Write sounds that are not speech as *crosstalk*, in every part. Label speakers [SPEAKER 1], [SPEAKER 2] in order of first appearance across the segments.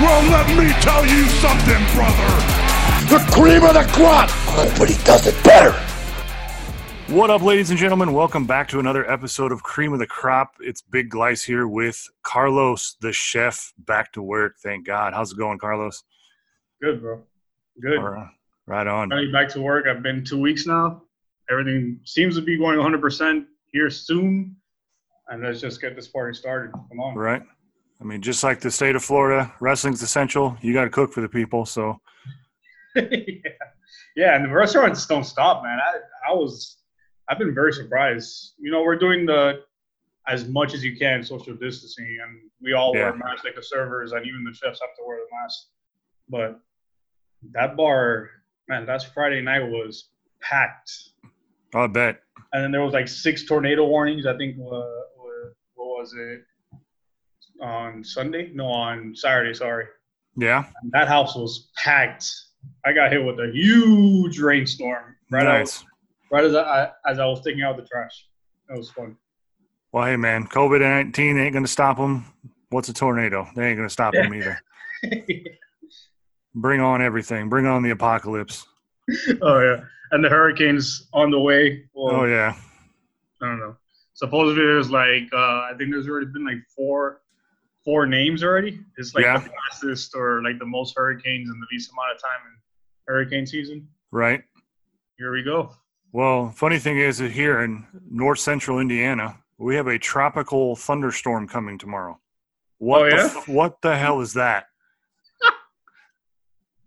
[SPEAKER 1] Well, let me tell you something, brother.
[SPEAKER 2] The cream of the crop. Nobody Oh, does it better.
[SPEAKER 3] What up, ladies and gentlemen? Welcome back to another episode of Cream of the Crop. It's Big Glice here with Carlos, the chef, back to work. Thank God. How's it going, Carlos?
[SPEAKER 4] Good, bro. Good.
[SPEAKER 3] Right- Right on.
[SPEAKER 4] Finally back to work. I've been two weeks now. Everything seems to be going 100% here soon. And let's just get this party started. Come on.
[SPEAKER 3] Right. I mean, just like the state of Florida, wrestling's essential. You got to cook for the people. So,
[SPEAKER 4] *laughs* yeah. yeah, and the restaurants don't stop, man. I, I was, I've been very surprised. You know, we're doing the as much as you can social distancing, and we all wear
[SPEAKER 3] Yeah.
[SPEAKER 4] masks, like the servers, and even the chefs have to wear the mask. But that bar, man, last Friday night was packed,
[SPEAKER 3] I bet.
[SPEAKER 4] and then there was like six tornado warnings. I think uh, uh, what was it on Sunday? No, on Saturday. Sorry.
[SPEAKER 3] Yeah.
[SPEAKER 4] That house was packed. I got hit with a huge rainstorm right, out,
[SPEAKER 3] nice.
[SPEAKER 4] right as I as I was taking out the trash. That was fun. *laughs*
[SPEAKER 3] Well, hey, man, COVID 19 ain't going to stop them. What's a tornado? They ain't going to stop them either. Bring on everything. Bring on the apocalypse.
[SPEAKER 4] oh yeah, and the hurricanes on the way. Well,
[SPEAKER 3] Oh, yeah.
[SPEAKER 4] I don't know. Supposedly there's like uh, I think there's already been like four four names already. It's like
[SPEAKER 3] Yeah.
[SPEAKER 4] the fastest or like the most hurricanes in the least amount of time in hurricane season.
[SPEAKER 3] Right.
[SPEAKER 4] Here we go.
[SPEAKER 3] Well, funny thing is that here in north central Indiana, we have a tropical thunderstorm coming tomorrow. What
[SPEAKER 4] Oh,
[SPEAKER 3] the
[SPEAKER 4] yeah?
[SPEAKER 3] f- what the hell is that? *laughs*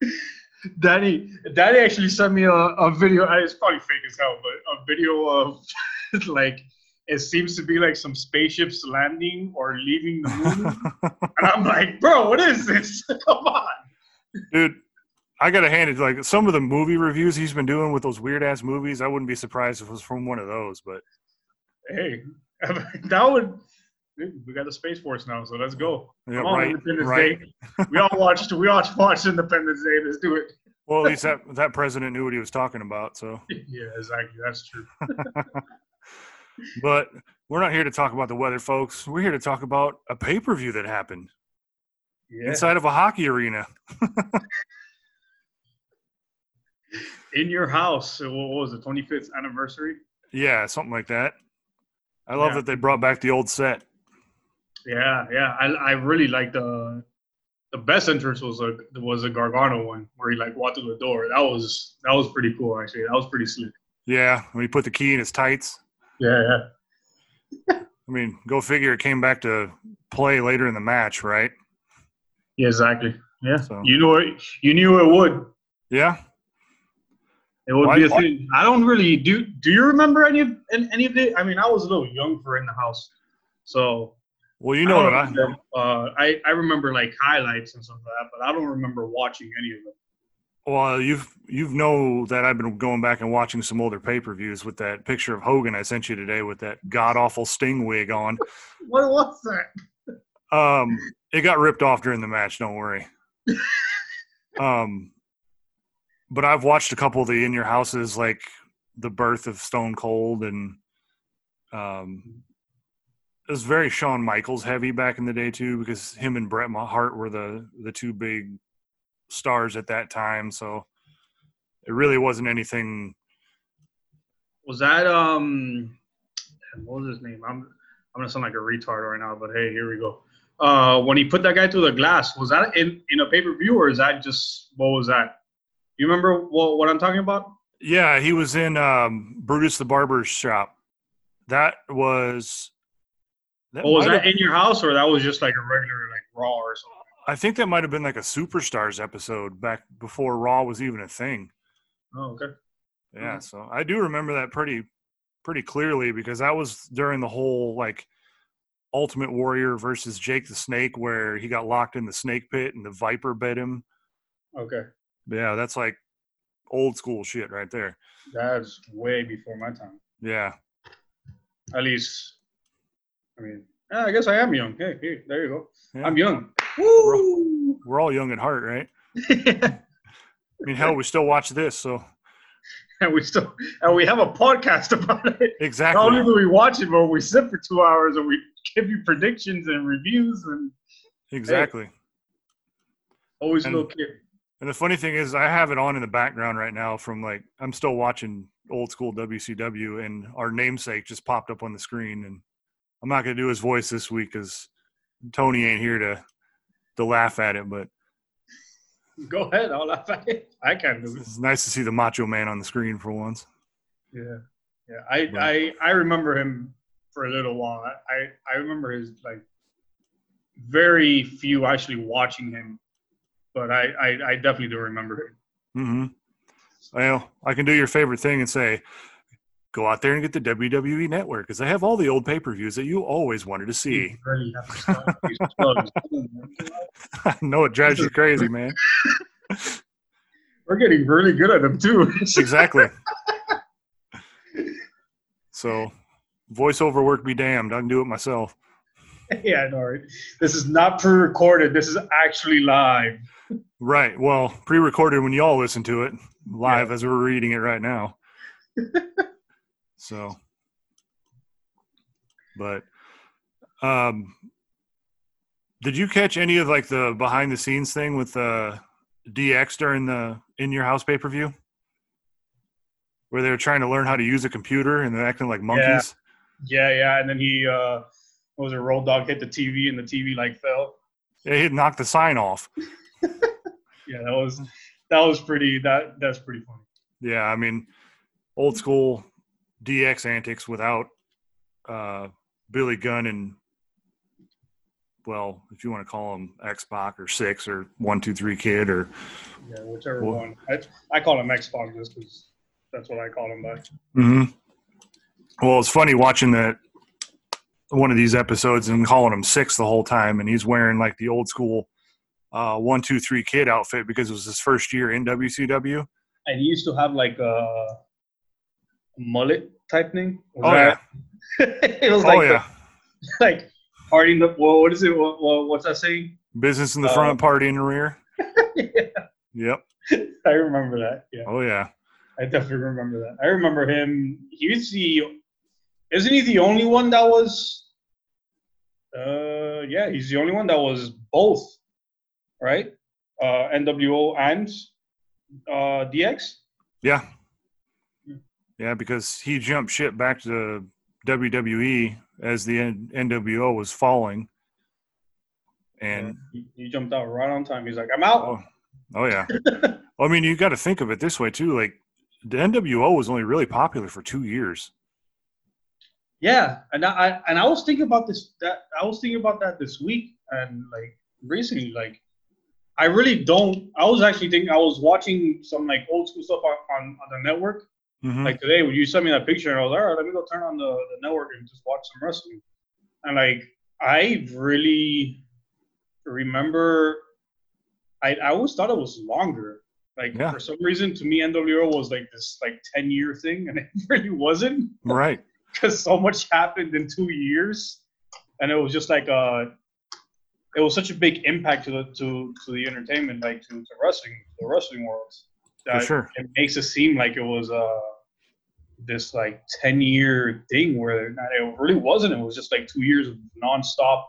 [SPEAKER 4] Danny, Danny actually sent me a, a video. I- It's probably fake as hell, but a video of *laughs* like it seems to be like some spaceships landing or leaving the *laughs* moon. and I'm like, bro, what is this? *laughs* Come on.
[SPEAKER 3] Dude, I got to hand it like some of the movie reviews he's been doing with those weird ass movies, I wouldn't be surprised if it was from one of those, but
[SPEAKER 4] Hey, *laughs* that would. dude, We got the space force now, so let's go.
[SPEAKER 3] Yeah,
[SPEAKER 4] Come on,
[SPEAKER 3] right,
[SPEAKER 4] Independence
[SPEAKER 3] right.
[SPEAKER 4] Day. We all watched. We all *laughs* watched Independence Day. Let's do it.
[SPEAKER 3] *laughs*
[SPEAKER 4] *laughs*
[SPEAKER 3] well, at least that that president knew what he was talking about, so
[SPEAKER 4] Yeah, exactly. That's true.
[SPEAKER 3] but we're not here to talk about the weather, folks. We're here to talk about a pay-per-view that happened
[SPEAKER 4] Yeah.
[SPEAKER 3] inside of a hockey arena.
[SPEAKER 4] In your house. uh, What was it? 25th anniversary.
[SPEAKER 3] Yeah, something like that. I love
[SPEAKER 4] Yeah.
[SPEAKER 3] that they brought back the old set.
[SPEAKER 4] Yeah, yeah. I I really like the the best entrance was a was a Gargano one where he like walked through the door. That was that was pretty cool actually. That was pretty slick.
[SPEAKER 3] Yeah, when he put the key in his tights.
[SPEAKER 4] Yeah, yeah.
[SPEAKER 3] I mean, go figure. It came back to play later in the match, right?
[SPEAKER 4] Yeah, exactly. Yeah.
[SPEAKER 3] So-
[SPEAKER 4] You knew it you knew it would.
[SPEAKER 3] Yeah.
[SPEAKER 4] It would
[SPEAKER 3] Why-
[SPEAKER 4] be a
[SPEAKER 3] why-
[SPEAKER 4] thing. I don't really do do you remember any of an- any of the I mean I was a little young for in the house. So
[SPEAKER 3] Well, you know
[SPEAKER 4] I
[SPEAKER 3] what
[SPEAKER 4] don't
[SPEAKER 3] I
[SPEAKER 4] remember, uh, I, I remember like highlights and stuff like that, but I don't remember watching any of them.
[SPEAKER 3] well you've you've know that I've been going back and watching some older pay per views with that picture of Hogan I sent you today with that god awful Sting wig on.
[SPEAKER 4] What was that?
[SPEAKER 3] Um, it got ripped off during the match. Don't worry. um, but I've watched a couple of the in your houses like the birth of Stone Cold and um, it was very Shawn Michaels heavy back in the day too because him and Bret Hart were the the two big stars at that time. So it really wasn't anything.
[SPEAKER 4] Was that um what was his name? I'm I'm gonna sound like a retard right now, but hey, here we go. Uh when he put that guy through the glass, was that in, in a pay-per-view or is that just what was that? You remember what what I'm talking about?
[SPEAKER 3] Yeah, he was in um, Brutus the Barber's shop. That was. That
[SPEAKER 4] What Oh, was
[SPEAKER 3] might have-
[SPEAKER 4] that in your house or that was just like a regular like raw or something?
[SPEAKER 3] I think that might have been like a Superstars episode back before Raw was even a thing.
[SPEAKER 4] Oh, okay.
[SPEAKER 3] Yeah, so I do remember that pretty pretty clearly because that was during the whole like Ultimate Warrior versus Jake the Snake where he got locked in the snake pit and the Viper bit him.
[SPEAKER 4] Okay.
[SPEAKER 3] Yeah, that's like old school shit right there.
[SPEAKER 4] That's way before my time.
[SPEAKER 3] Yeah.
[SPEAKER 4] At least I mean yeah, I guess I am young. Hey, here, there you go.
[SPEAKER 3] Yeah.
[SPEAKER 4] I'm young. *laughs* Woo!
[SPEAKER 3] We're all young at heart, right? I mean, hell, we still watch this, so
[SPEAKER 4] and we still and we have a podcast *laughs* about it. Not only
[SPEAKER 3] exactly.
[SPEAKER 4] do we watch it, but we sit for two hours and we give you predictions and reviews and
[SPEAKER 3] Exactly.
[SPEAKER 4] Always
[SPEAKER 3] And-
[SPEAKER 4] a little kid.
[SPEAKER 3] And the funny thing is, I have it on in the background right now from like I'm still watching old school WCW, and our namesake just popped up on the screen. And I'm not gonna do his voice this week because Tony ain't here to to laugh at it. But
[SPEAKER 4] Go ahead. I'll laugh at it. *laughs* I can't do it.
[SPEAKER 3] it's nice to see the Macho Man on the screen for once.
[SPEAKER 4] Yeah, yeah. I I I remember him for a little while. I I, I remember his like very few actually watching him, but I I, I definitely do remember him.
[SPEAKER 3] Mm-hmm. Well, I can do your favorite thing and say, go out there and get the WWE Network because they have all the old pay per views that you always wanted to *laughs* see.
[SPEAKER 4] Really have to stop. He's close.
[SPEAKER 3] I know it drives you crazy, man.
[SPEAKER 4] We're getting really good at him too. *laughs*
[SPEAKER 3] Exactly. so, voiceover work be damned. I can do it myself.
[SPEAKER 4] yeah, I know. Right? This is not pre-recorded. This is actually live.
[SPEAKER 3] Right. Well, pre recorded when y'all listen to it live as we're reading it right now. so, but, um, did you catch any of like the behind the scenes thing with uh, DX during the in your house pay per view? Where they were trying to learn how to use a computer and they're acting like monkeys?
[SPEAKER 4] Yeah, yeah. And then he uh, what was it? Road dog hit the TV, and the TV like fell.
[SPEAKER 3] Yeah. He knocked the sign off.
[SPEAKER 4] Yeah, that was that was pretty. That that's pretty funny.
[SPEAKER 3] Yeah, I mean, old school DX antics without uh, Billy Gunn and well, if you want to call him Xbox or Six or One Two Three Kid or
[SPEAKER 4] Yeah, whichever
[SPEAKER 3] Well-
[SPEAKER 4] one. I, I call him Xbox just because that's what I call him. But
[SPEAKER 3] hmm well, it's funny watching that one of these episodes and calling him Six the whole time, and he's wearing like the old school uh, One Two Three Kid outfit because it was his first year in WCW.
[SPEAKER 4] and he used to have like a mullet type thing. Was
[SPEAKER 3] Oh yeah,
[SPEAKER 4] that- *laughs* it was like
[SPEAKER 3] oh yeah.
[SPEAKER 4] the, *laughs* like parting the. Well, what is it? What, what, what's that saying?
[SPEAKER 3] Business in the
[SPEAKER 4] Uh,
[SPEAKER 3] front, party in the rear. Yep.
[SPEAKER 4] *laughs* I remember that. Yeah,
[SPEAKER 3] Oh yeah.
[SPEAKER 4] I definitely remember that. I remember him. He was the. Isn't he the only one that was? Uh, yeah, he's the only one that was both, right? Uh, NWO and uh, DX.
[SPEAKER 3] Yeah.
[SPEAKER 4] Yeah.
[SPEAKER 3] Yeah, because he jumped ship back to WWE as the N- NWO was falling. And
[SPEAKER 4] he, he jumped out right on time. He's like, I'm out.
[SPEAKER 3] oh, oh
[SPEAKER 4] *laughs*
[SPEAKER 3] yeah. I mean, you got to think of it this way too. Like the NWO was only really popular for 2 years.
[SPEAKER 4] Yeah, and I, I and I was thinking about this. That I was thinking about that this week and like recently. Like, I really don't. I was actually thinking. I was watching some like old school stuff on on, on the network.
[SPEAKER 3] Mhm.
[SPEAKER 4] Like today, when you sent me that picture, and I was like, all right, let me go turn on the, the network and just watch some wrestling. And like, I really remember. I, I always thought it was longer. Like
[SPEAKER 3] Yeah.
[SPEAKER 4] for some reason, to me, NWO was like this like ten year thing, and *laughs* it really wasn't
[SPEAKER 3] right.
[SPEAKER 4] *laughs* because so much happened in two years, and it was just like uh, it was such a big impact to the to, to the entertainment, like to, to wrestling, the wrestling world.
[SPEAKER 3] For
[SPEAKER 4] That
[SPEAKER 3] sure.
[SPEAKER 4] it makes it seem like it was uh, this like ten year thing where not- it really wasn't. It was just like two years of nonstop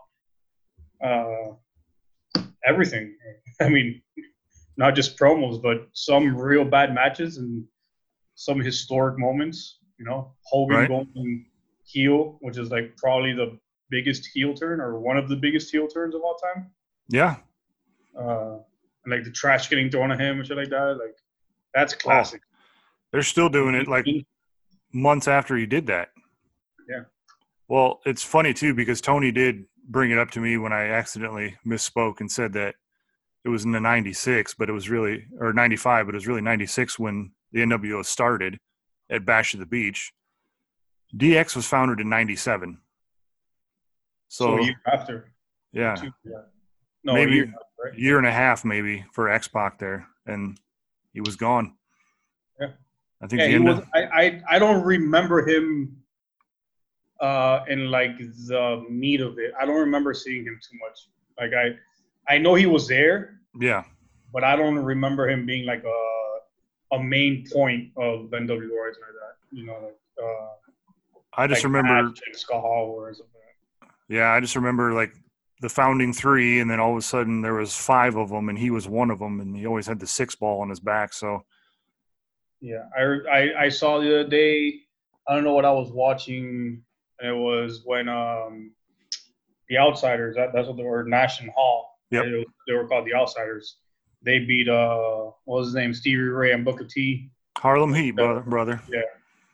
[SPEAKER 4] uh, everything. *laughs* I mean, not just promos, but some real bad matches and some historic moments. You know, Hogan
[SPEAKER 3] Right.
[SPEAKER 4] going heel, which is like probably the biggest heel turn or one of the biggest heel turns of all time.
[SPEAKER 3] Yeah.
[SPEAKER 4] Uh, and like the trash getting thrown at him and shit like that. Like that's classic.
[SPEAKER 3] They're still doing it like months after he did that.
[SPEAKER 4] Yeah.
[SPEAKER 3] Well, it's funny too because Tony did bring it up to me when I accidentally misspoke and said that it was in the 96, but it was really, or 95, but it was really 96 when the NWO started at Bash of the Beach. DX was founded in 97.
[SPEAKER 4] So
[SPEAKER 3] So,
[SPEAKER 4] a year after,
[SPEAKER 3] yeah,
[SPEAKER 4] two, yeah. no,
[SPEAKER 3] Maybe-
[SPEAKER 4] a year after, right?
[SPEAKER 3] year and a half maybe for X Pac there, and he was gone.
[SPEAKER 4] Yeah.
[SPEAKER 3] I think
[SPEAKER 4] Yeah,
[SPEAKER 3] the
[SPEAKER 4] he
[SPEAKER 3] end
[SPEAKER 4] was, I, I I don't remember him uh in like the meat of it. I don't remember seeing him too much. Like I I know he was there,
[SPEAKER 3] yeah,
[SPEAKER 4] but I don't remember him being like a a main point of NWO or anything like that. You know, like uh,
[SPEAKER 3] I just
[SPEAKER 4] like
[SPEAKER 3] remember
[SPEAKER 4] Ash and Scott Hall or something.
[SPEAKER 3] Yeah, I just remember like the founding three, and then all of a sudden there was five of them, and he was one of them, and he always had the six ball on his back. So
[SPEAKER 4] Yeah, I, I I saw the other day. I don't know what I was watching. And it was when um, the Outsiders. That, that's what they were. Nash and Hall.
[SPEAKER 3] Yep.
[SPEAKER 4] They, were- they were called the Outsiders. They beat uh, what was his name? Stevie Ray and Booker T.
[SPEAKER 3] Harlem Heat, bro- brother.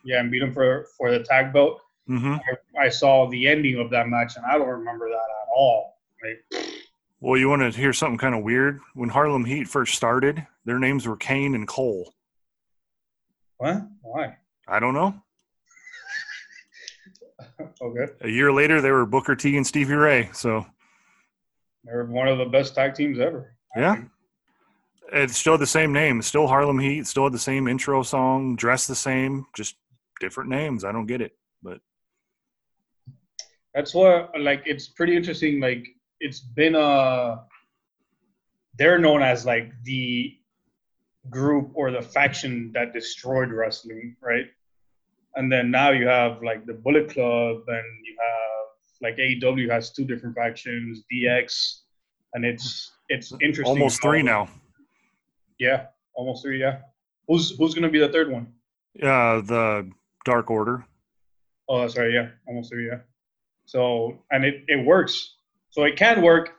[SPEAKER 4] Yeah, and beat them for for the tag belt.
[SPEAKER 3] hmm
[SPEAKER 4] I saw the ending of that match, and I don't remember that at all. Like,
[SPEAKER 3] Well, you want to hear something kind of weird? When Harlem Heat first started, their names were Kane and Cole.
[SPEAKER 4] what? Why?
[SPEAKER 3] I don't know.
[SPEAKER 4] Okay.
[SPEAKER 3] A year later, they were Booker T and Stevie Ray. So
[SPEAKER 4] They're one of the best tag teams ever.
[SPEAKER 3] yeah, it's still the same name. Still Harlem Heat. Still had the same intro song. Dressed the same. Just different names. I don't get it.
[SPEAKER 4] that's what like it's pretty interesting like it's been a they're known as like the group or the faction that destroyed wrestling right and then now you have like the bullet club and you have like AEW has two different factions dx and it's it's interesting
[SPEAKER 3] Almost
[SPEAKER 4] how-
[SPEAKER 3] three now.
[SPEAKER 4] yeah almost three yeah who's who's gonna be the third one?
[SPEAKER 3] Uh, the Dark Order.
[SPEAKER 4] Oh, sorry, yeah, almost three, yeah. So and it, it works. So it can work.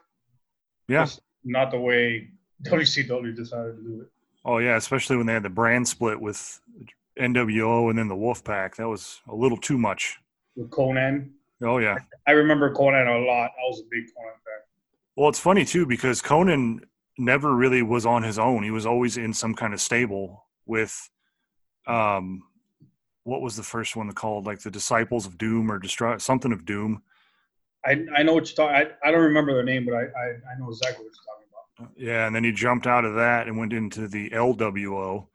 [SPEAKER 3] Yeah.
[SPEAKER 4] Just not the way *laughs* WCW decided to do it.
[SPEAKER 3] Oh yeah, especially when they had the brand split with NWO and then the Wolfpack. That was a little too much.
[SPEAKER 4] With Conan.
[SPEAKER 3] Oh yeah.
[SPEAKER 4] I remember Conan a lot. I was a big Conan fan.
[SPEAKER 3] Well, it's funny too because Conan never really was on his own. He was always in some kind of stable with, um, what was the first one called? Like the Disciples of Doom or Destru- something of Doom.
[SPEAKER 4] I, I know what you're talking I, I don't remember their name, but I, I, I know exactly what you're talking about.
[SPEAKER 3] Yeah, and then he jumped out of that and went into the LWO,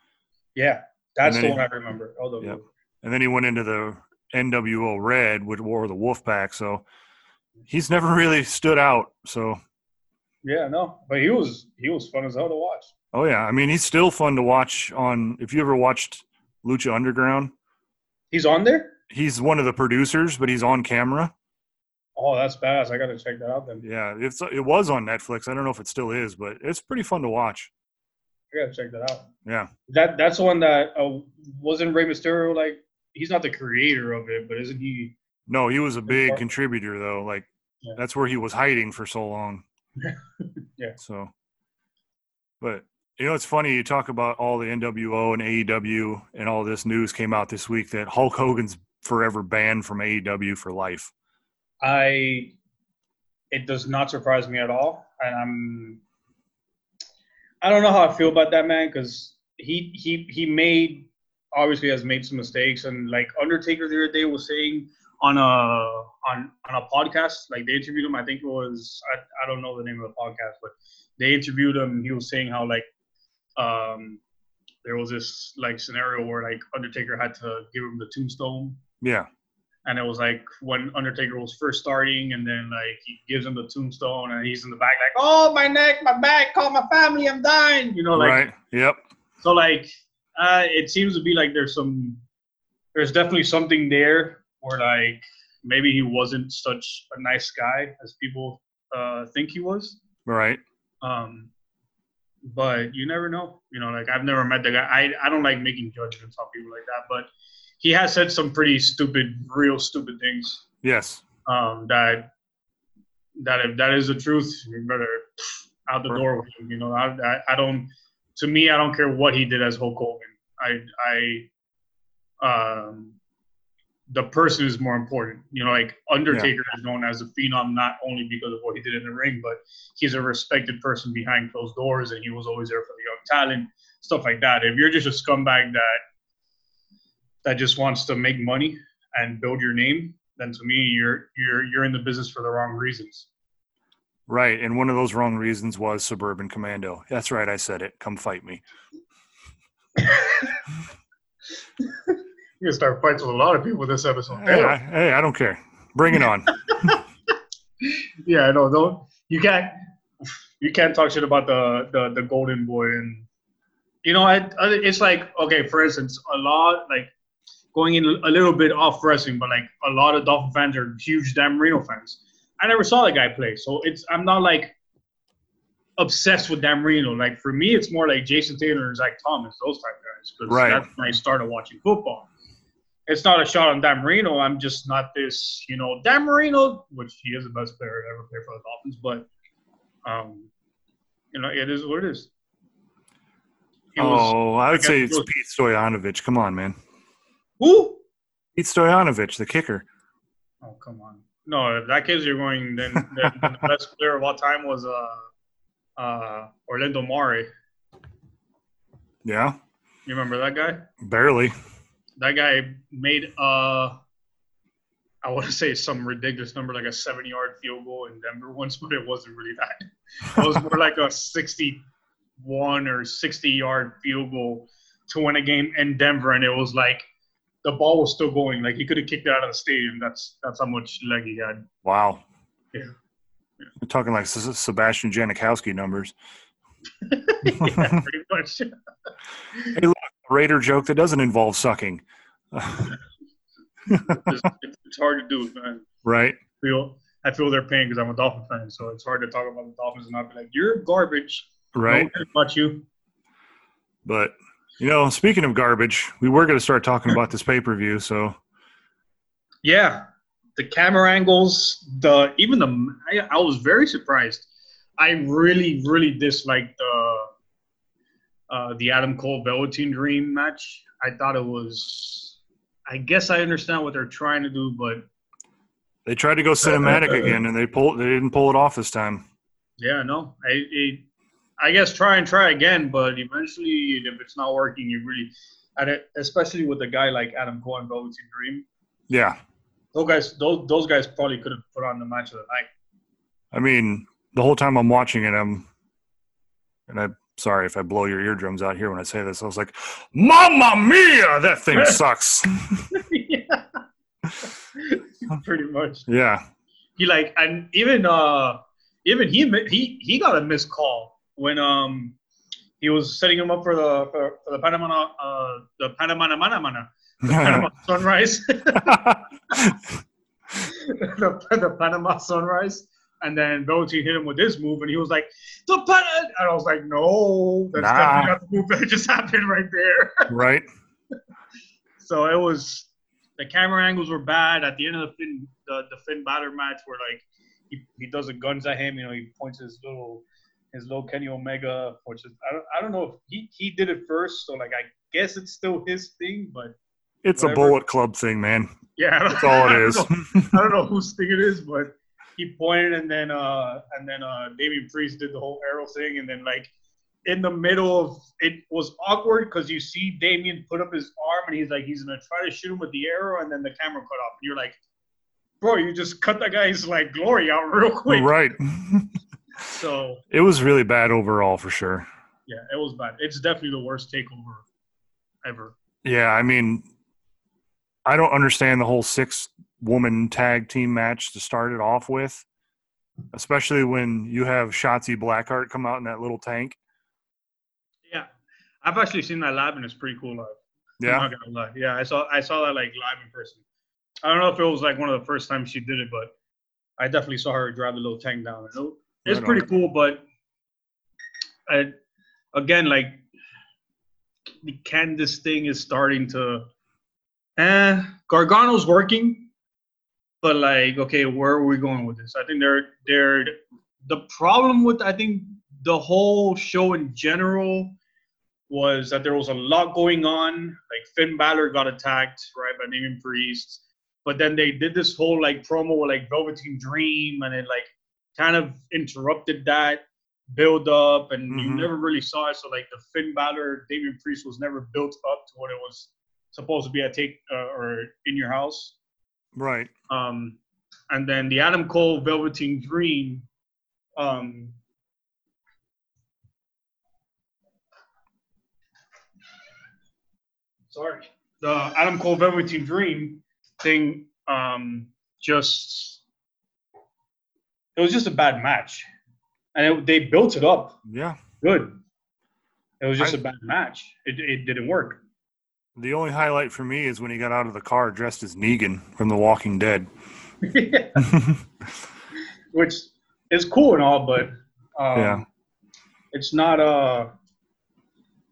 [SPEAKER 4] Yeah. That's
[SPEAKER 3] And
[SPEAKER 4] the
[SPEAKER 3] then
[SPEAKER 4] one
[SPEAKER 3] he-
[SPEAKER 4] I remember. Although
[SPEAKER 3] Yep. and then he went into the NWO Red, which wore the Wolfpack. So he's never *laughs* really stood out. So
[SPEAKER 4] yeah, no. But he was he was fun as hell to watch.
[SPEAKER 3] Oh yeah, I mean he's still fun to watch on. If you ever watched Lucha Underground,
[SPEAKER 4] He's on there?
[SPEAKER 3] he's one of the producers, but he's on camera.
[SPEAKER 4] Oh, that's badass. I gotta check that out then.
[SPEAKER 3] Yeah, it's it was on Netflix. I don't know if it still is, but it's pretty fun to watch.
[SPEAKER 4] I gotta check that out.
[SPEAKER 3] Yeah.
[SPEAKER 4] That that's the one that uh, wasn't Rey Mysterio like he's not the creator of it, but isn't he?
[SPEAKER 3] No, he was a big
[SPEAKER 4] part-
[SPEAKER 3] contributor though. Like
[SPEAKER 4] Yeah.
[SPEAKER 3] that's where he was hiding for so long.
[SPEAKER 4] *laughs* Yeah.
[SPEAKER 3] So, but you know, it's funny you talk about all the NWO and AEW and all this news came out this week that Hulk Hogan's forever banned from AEW for life.
[SPEAKER 4] I it does not surprise me at all, and I'm I don't know how I feel about that man because he he he made obviously has made some mistakes and like Undertaker the other day was saying on a on on a podcast like they interviewed him I think it was I, I don't know the name of the podcast but they interviewed him he was saying how like um there was this like scenario where like Undertaker had to give him the tombstone
[SPEAKER 3] Yeah.
[SPEAKER 4] and it was like when Undertaker was first starting, and then like he gives him the tombstone, and he's in the back like, "Oh, my neck, my back, call my family, I'm dying," you know, Oh, like
[SPEAKER 3] right. Yep.
[SPEAKER 4] so like uh, it seems to be like there's some there's definitely something there where like maybe he wasn't such a nice guy as people uh, think he was,
[SPEAKER 3] Right.
[SPEAKER 4] um, but you never know, you know, like I've never met the guy. I I don't like making judgments on people like that, but he has said some pretty stupid, real stupid things.
[SPEAKER 3] Yes.
[SPEAKER 4] um, that that if that is the truth, you better out the door with him. You know, I, I, I don't. To me, I don't care what he did as Hulk Hogan. I, I, um, the person is more important. You know, like Undertaker is known as a phenom not only because of what he did in the ring, but he's a respected person behind closed doors, and he was always there for the young talent, stuff like that. If you're just a scumbag that that just wants to make money and build your name, then to me you're you're you're in the business for the wrong reasons.
[SPEAKER 3] Right. And one of those wrong reasons was Suburban Commando. That's right. I said it. Come fight me.
[SPEAKER 4] You're gonna start fights with a lot of people this episode.
[SPEAKER 3] Hey, I, hey, I don't care. Bring
[SPEAKER 4] *laughs*
[SPEAKER 3] it on.
[SPEAKER 4] Yeah, no, don't you can't you can't talk shit about the the, the golden boy and you know I, I- it's like okay, for instance, a lot like going in a little bit off wrestling, but like a lot of Dolphin fans are huge Dan Marino fans. I never saw that guy play, so it's I'm not like obsessed with Dan Marino. Like for me, it's more like Jason Taylor and Zach Thomas, those type guys, because
[SPEAKER 3] Right.
[SPEAKER 4] that's when I started watching football. It's not a shot on Dan Marino. I'm just not this, you know, Dan Marino, which he is the best player to ever play for the Dolphins, but um, you know, it is what it is. He was
[SPEAKER 3] oh, I would
[SPEAKER 4] guess
[SPEAKER 3] say
[SPEAKER 4] he
[SPEAKER 3] it's
[SPEAKER 4] was-
[SPEAKER 3] Pete Stoyanovich. Come on, man.
[SPEAKER 4] who?
[SPEAKER 3] Pete Stoyanovich, the kicker.
[SPEAKER 4] Oh come on! No, if that case you're going, then, then the best player of all time was uh, uh, Orlando Mare.
[SPEAKER 3] Yeah,
[SPEAKER 4] You remember that guy?
[SPEAKER 3] barely.
[SPEAKER 4] That guy made uh, I want to say some ridiculous number, like a 70-yard field goal in Denver once, *laughs* but it wasn't really that. It was more like a 61 or 60-yard field goal to win a game in Denver, and it was like the ball was still going. Like he could have kicked it out of the stadium. That's that's how much leg he had. *laughs*
[SPEAKER 3] Wow.
[SPEAKER 4] Yeah.
[SPEAKER 3] You're talking like S- S- Sebastian Janikowski numbers.
[SPEAKER 4] yeah, pretty much.
[SPEAKER 3] Raider joke that doesn't involve sucking.
[SPEAKER 4] it's, it's hard to do, man.
[SPEAKER 3] right?
[SPEAKER 4] I feel I feel their pain because I'm a Dolphin fan, so it's hard to talk about the Dolphins and not be like, "You're garbage." No
[SPEAKER 3] Right.
[SPEAKER 4] one cares about you.
[SPEAKER 3] But you know, speaking of garbage, we were going to start talking about this pay per view. So
[SPEAKER 4] Yeah, the camera angles, the even the I, I was very surprised. I really, really disliked the uh, the Adam Cole Velveteen Dream match. I thought it was. I guess I understand what they're trying to do, but
[SPEAKER 3] they tried
[SPEAKER 4] *laughs*
[SPEAKER 3] to go cinematic again, and they pulled. They didn't pull it off this time.
[SPEAKER 4] Yeah, no, I, I, I guess try and try again, but eventually, if it's not working, you really, and it, especially with a guy like Adam Cole and Velveteen Dream,
[SPEAKER 3] Yeah,
[SPEAKER 4] those guys, those, those guys probably could have put on the match of the night.
[SPEAKER 3] I mean, the whole time I'm watching it, I'm, and I'm sorry if I blow your eardrums out here when I say this. I was like, "Mamma mia, that thing sucks."
[SPEAKER 4] yeah, *laughs* pretty much.
[SPEAKER 3] yeah, *laughs*
[SPEAKER 4] He like, and even uh, even he mi- he he got a missed call when um he was setting him up for the for, for the Panama uh the Panama Mana Mana Panama Sunrise. *laughs* the, the Panama Sunrise, and then Velveteen hit him with his move, and he was like, "The Pan," and I was like, "No, that's
[SPEAKER 3] Nah.
[SPEAKER 4] definitely not the move that just happened right there."
[SPEAKER 3] right.
[SPEAKER 4] so it was the camera angles were bad at the end of the Finn the, the Finn Balor match, where like he, he does the guns at him, you know, he points his little his little Kenny Omega, which is I don't I don't know if he he did it first, so like I guess it's still his thing, but
[SPEAKER 3] It's a
[SPEAKER 4] Whatever.
[SPEAKER 3] Bullet Club thing, man.
[SPEAKER 4] yeah,
[SPEAKER 3] That's all
[SPEAKER 4] *laughs* I
[SPEAKER 3] it
[SPEAKER 4] don't
[SPEAKER 3] is.
[SPEAKER 4] know. I don't know whose thing it is, but he pointed and then uh and then uh Damian Priest did the whole arrow thing and then like in the middle of it was awkward because you see Damien put up his arm and he's like he's gonna try to shoot him with the arrow and then the camera cut off and you're like, bro, you just cut that guy's like glory out *laughs* real quick.
[SPEAKER 3] right. *laughs*
[SPEAKER 4] So
[SPEAKER 3] It was really bad overall for sure.
[SPEAKER 4] yeah, it was bad. It's definitely the worst takeover ever.
[SPEAKER 3] Yeah, I mean, I don't understand the whole six woman tag team match to start it off with, especially when you have Shotzi Blackheart come out in that little tank.
[SPEAKER 4] Yeah. I've actually seen that live and it's pretty cool live.
[SPEAKER 3] Yeah,
[SPEAKER 4] I'm not gonna lie. Yeah, I saw I saw that like live in person. I don't know if it was like one of the first times she did it, but I definitely saw her drive the little tank down. It- It's
[SPEAKER 3] Right
[SPEAKER 4] pretty
[SPEAKER 3] on.
[SPEAKER 4] cool, but I, again, like the Candace thing is starting to. Eh, Gargano's working, but like, okay, where are we going with this? I think they're they're the problem with I think the whole show in general was that there was a lot going on. Like Finn Balor got attacked, right, by Damian Priest. But then they did this whole like promo with like Velveteen Dream and it like kind of interrupted that build up and you
[SPEAKER 3] Mhm.
[SPEAKER 4] never really saw it. So like the Finn Balor, Damian Priest was never built up to what it was supposed to be at take uh, or in your house.
[SPEAKER 3] right.
[SPEAKER 4] Um, and then the Adam Cole Velveteen Dream. Um, sorry, the Adam Cole Velveteen Dream thing. Um, just it was just a bad match, and it, they built it up
[SPEAKER 3] Yeah.
[SPEAKER 4] good. It was just a
[SPEAKER 3] I-
[SPEAKER 4] bad match. It, it didn't work.
[SPEAKER 3] The only highlight for me is when he got out of the car dressed as Negan from The Walking Dead. *laughs*
[SPEAKER 4] *laughs* which is cool and all, but um,
[SPEAKER 3] Yeah.
[SPEAKER 4] it's not uh,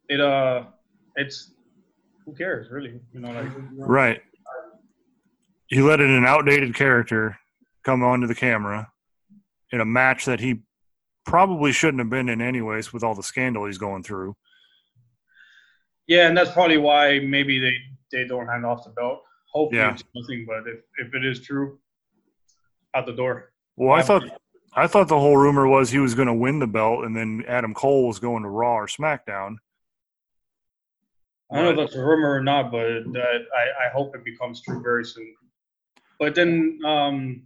[SPEAKER 4] it uh, it's who cares really? You know, like
[SPEAKER 3] Right. He let in an outdated character come onto the camera in a match that he probably shouldn't have been in, anyways, with all the scandal he's going through.
[SPEAKER 4] yeah, and that's probably why maybe they they don't hand off the belt. Hopefully,
[SPEAKER 3] Yeah.
[SPEAKER 4] it's nothing. But if if it is true, out the door.
[SPEAKER 3] Well, I
[SPEAKER 4] Yeah.
[SPEAKER 3] thought I thought the whole rumor was he was going to win the belt, and then Adam Cole was going to Raw or SmackDown.
[SPEAKER 4] I don't know if that's a rumor or not, but that I, I hope it becomes true very soon. But then, um,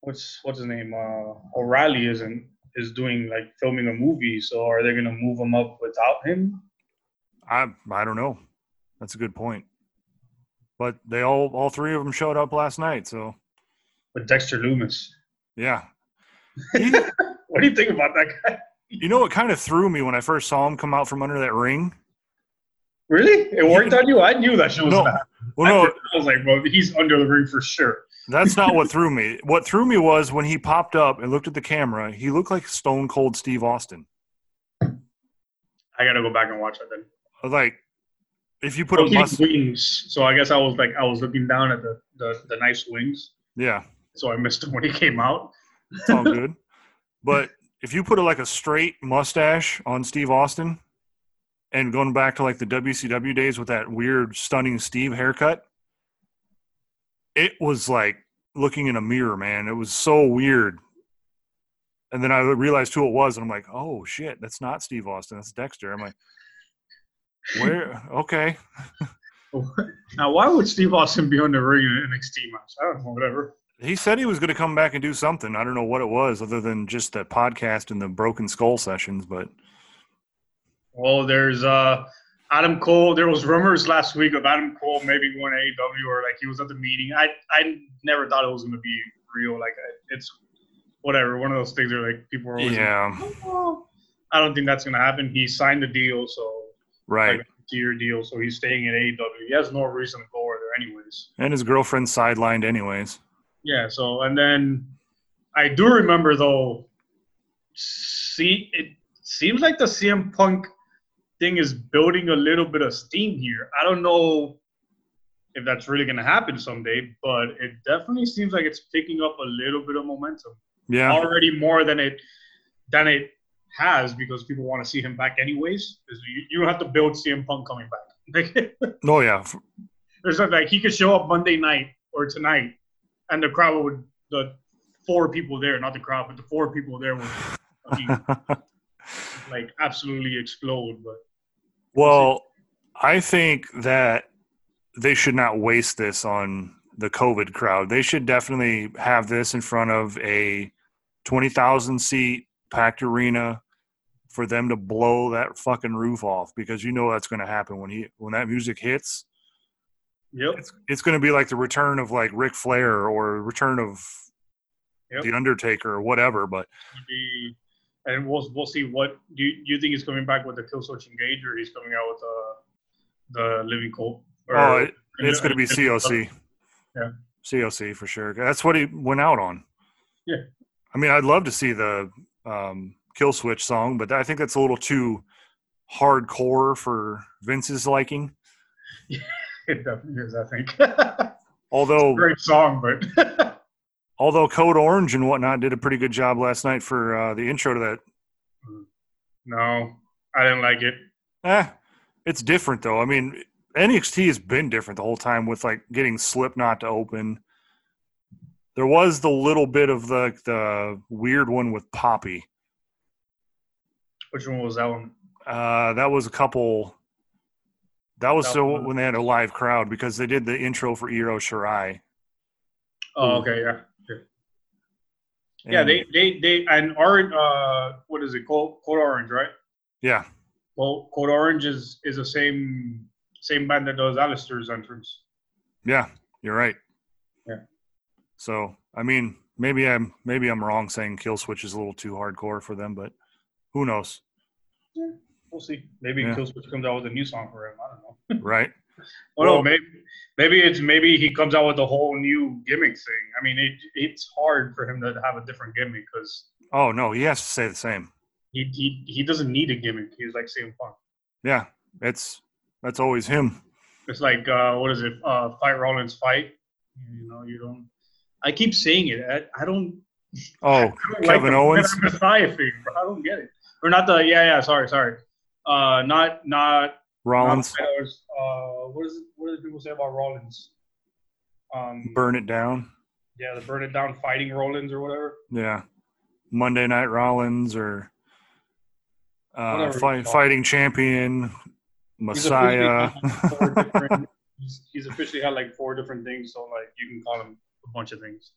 [SPEAKER 4] what's what's his name? Uh, O'Reilly isn't is doing like filming a movie, so are they gonna move him up without him?
[SPEAKER 3] I I don't know. That's a good point. But they all all three of them showed up last night, so
[SPEAKER 4] With Dexter Loomis,
[SPEAKER 3] yeah.
[SPEAKER 4] what do you think about that guy? *laughs*
[SPEAKER 3] You know what kind of threw me when I first saw him come out from under that ring?
[SPEAKER 4] Really, it worked on you? I knew that shit was
[SPEAKER 3] No.
[SPEAKER 4] gonna happen.
[SPEAKER 3] Well, no,
[SPEAKER 4] *laughs* I was like, well, he's under the ring for sure.
[SPEAKER 3] That's not what threw me. What threw me was when he popped up and looked at the camera, he looked like Stone Cold Steve Austin.
[SPEAKER 4] I gotta go back and watch that then.
[SPEAKER 3] I was Like, if you put
[SPEAKER 4] I
[SPEAKER 3] a
[SPEAKER 4] was eating
[SPEAKER 3] must,
[SPEAKER 4] wings, so I guess I was like, I was looking down at the the, the nice wings,
[SPEAKER 3] yeah,
[SPEAKER 4] so I missed him when he came out.
[SPEAKER 3] it's all good. But if you put a, like a straight mustache on Steve Austin and going back to like the WCW days with that weird, stunning Steve haircut, it was like looking in a mirror, man. It was so weird. And then I realized who it was, and I'm like, oh shit, that's not Steve Austin, that's Dexter. I'm like, where? Okay.
[SPEAKER 4] *laughs* Now, why would Steve Austin be on the ring in an NXT match? I don't know, whatever.
[SPEAKER 3] He said he was going to come back and do something. I don't know what it was other than just that podcast and the broken skull sessions, but
[SPEAKER 4] Well, there's uh, Adam Cole. There was rumors last week of Adam Cole maybe going to AEW or like he was at the meeting. I I never thought it was going to be real. Like I- it's whatever. One of those things where like people are always like,
[SPEAKER 3] yeah,
[SPEAKER 4] "Oh, I don't think that's going to happen. He signed the deal, so
[SPEAKER 3] right.
[SPEAKER 4] two-year deal, so he's staying at AEW. He has no reason to go over there anyways.
[SPEAKER 3] And his girlfriend's sidelined, anyways.
[SPEAKER 4] Yeah. So and then I do remember though. See, it seems like the CM Punk thing is building a little bit of steam here. I don't know if that's really going to happen someday, but it definitely seems like it's picking up a little bit of momentum
[SPEAKER 3] Yeah,
[SPEAKER 4] already more than it than it has because people want to see him back anyways. 'Cause You, you don't have to build CM Punk coming back. *laughs* Like,
[SPEAKER 3] no, yeah, F-
[SPEAKER 4] There's something like he could show up Monday night or tonight, and the crowd would the four people there, not the crowd, but the four people there would fucking,
[SPEAKER 3] *laughs*
[SPEAKER 4] like absolutely explode. But
[SPEAKER 3] well, I think that they should not waste this on the COVID crowd. They should definitely have this in front of a 20,000 seat packed arena for them to blow that fucking roof off because you know that's going to happen when he when that music hits.
[SPEAKER 4] yep,
[SPEAKER 3] It's it's going to be like the return of like Ric Flair or return of
[SPEAKER 4] Yep.
[SPEAKER 3] the Undertaker or whatever, but
[SPEAKER 4] it'd be, and we'll we'll see what do you, you think he's coming back with the kill switch engage or he's coming out with uh, the the living colt. Or,
[SPEAKER 3] oh, it, it's going to
[SPEAKER 4] *laughs*
[SPEAKER 3] be COC.
[SPEAKER 4] Yeah.
[SPEAKER 3] COC for sure. That's what he went out on.
[SPEAKER 4] Yeah.
[SPEAKER 3] I mean, I'd love to see the um, Kill Switch song, but I think that's a little too hardcore for Vince's liking.
[SPEAKER 4] It definitely is, I think. *laughs*
[SPEAKER 3] Although,
[SPEAKER 4] Great song, but *laughs*
[SPEAKER 3] although Code Orange and whatnot did a pretty good job last night for uh, the intro to that.
[SPEAKER 4] no, I didn't like it.
[SPEAKER 3] Eh, it's different though. I mean, NXT has been different the whole time with like getting Slipknot to open. There was the little bit of the the weird one with Poppy.
[SPEAKER 4] Which one was that one?
[SPEAKER 3] Uh, that was a couple. That was
[SPEAKER 4] That
[SPEAKER 3] so
[SPEAKER 4] one.
[SPEAKER 3] when they had a live crowd because they did the intro for Iro Shirai. Hmm.
[SPEAKER 4] Oh, okay, yeah. Yeah,
[SPEAKER 3] And-
[SPEAKER 4] they they they and orange. Uh, what is it? Code, Code Orange, right?
[SPEAKER 3] yeah,
[SPEAKER 4] Well, Code Orange is is the same same band that does Alistair's entrance.
[SPEAKER 3] yeah, you're right.
[SPEAKER 4] Yeah.
[SPEAKER 3] So I mean, maybe I'm maybe I'm wrong saying Kill Switch is a little too hardcore for them, but who knows,
[SPEAKER 4] *laughs* We'll see. Maybe
[SPEAKER 3] Yeah.
[SPEAKER 4] Killswitch comes out with a new song for him. I don't know.
[SPEAKER 3] right?
[SPEAKER 4] Well,
[SPEAKER 3] Well-
[SPEAKER 4] maybe maybe it's maybe he comes out with a whole new gimmick thing. I mean, it it's hard for him to have a different gimmick because
[SPEAKER 3] Oh no, he has to say the same.
[SPEAKER 4] he, he he doesn't need a gimmick. He's like CM Punk.
[SPEAKER 3] Yeah, it's that's always him.
[SPEAKER 4] It's like uh, what is it? Uh, fight Rollins fight. You know, you don't. I keep saying it. I, I don't. *laughs*
[SPEAKER 3] Oh,
[SPEAKER 4] I don't
[SPEAKER 3] Kevin
[SPEAKER 4] the
[SPEAKER 3] Owens?
[SPEAKER 4] Messiah figure. bro. I don't get it. Or not the yeah yeah sorry sorry. Uh, not not
[SPEAKER 3] Rollins,
[SPEAKER 4] Not, Fedor's, uh, what is it, what do people say about Rollins? Um,
[SPEAKER 3] burn it down.
[SPEAKER 4] Yeah, the burn it down fighting Rollins or whatever.
[SPEAKER 3] Yeah, Monday Night Rollins or uh,
[SPEAKER 4] Whatever you
[SPEAKER 3] fight,
[SPEAKER 4] call it.
[SPEAKER 3] fighting champion
[SPEAKER 4] He's officially
[SPEAKER 3] Messiah. *laughs*
[SPEAKER 4] had, like, four different- he's, he's officially had like four different things, so like you can call him a bunch of things.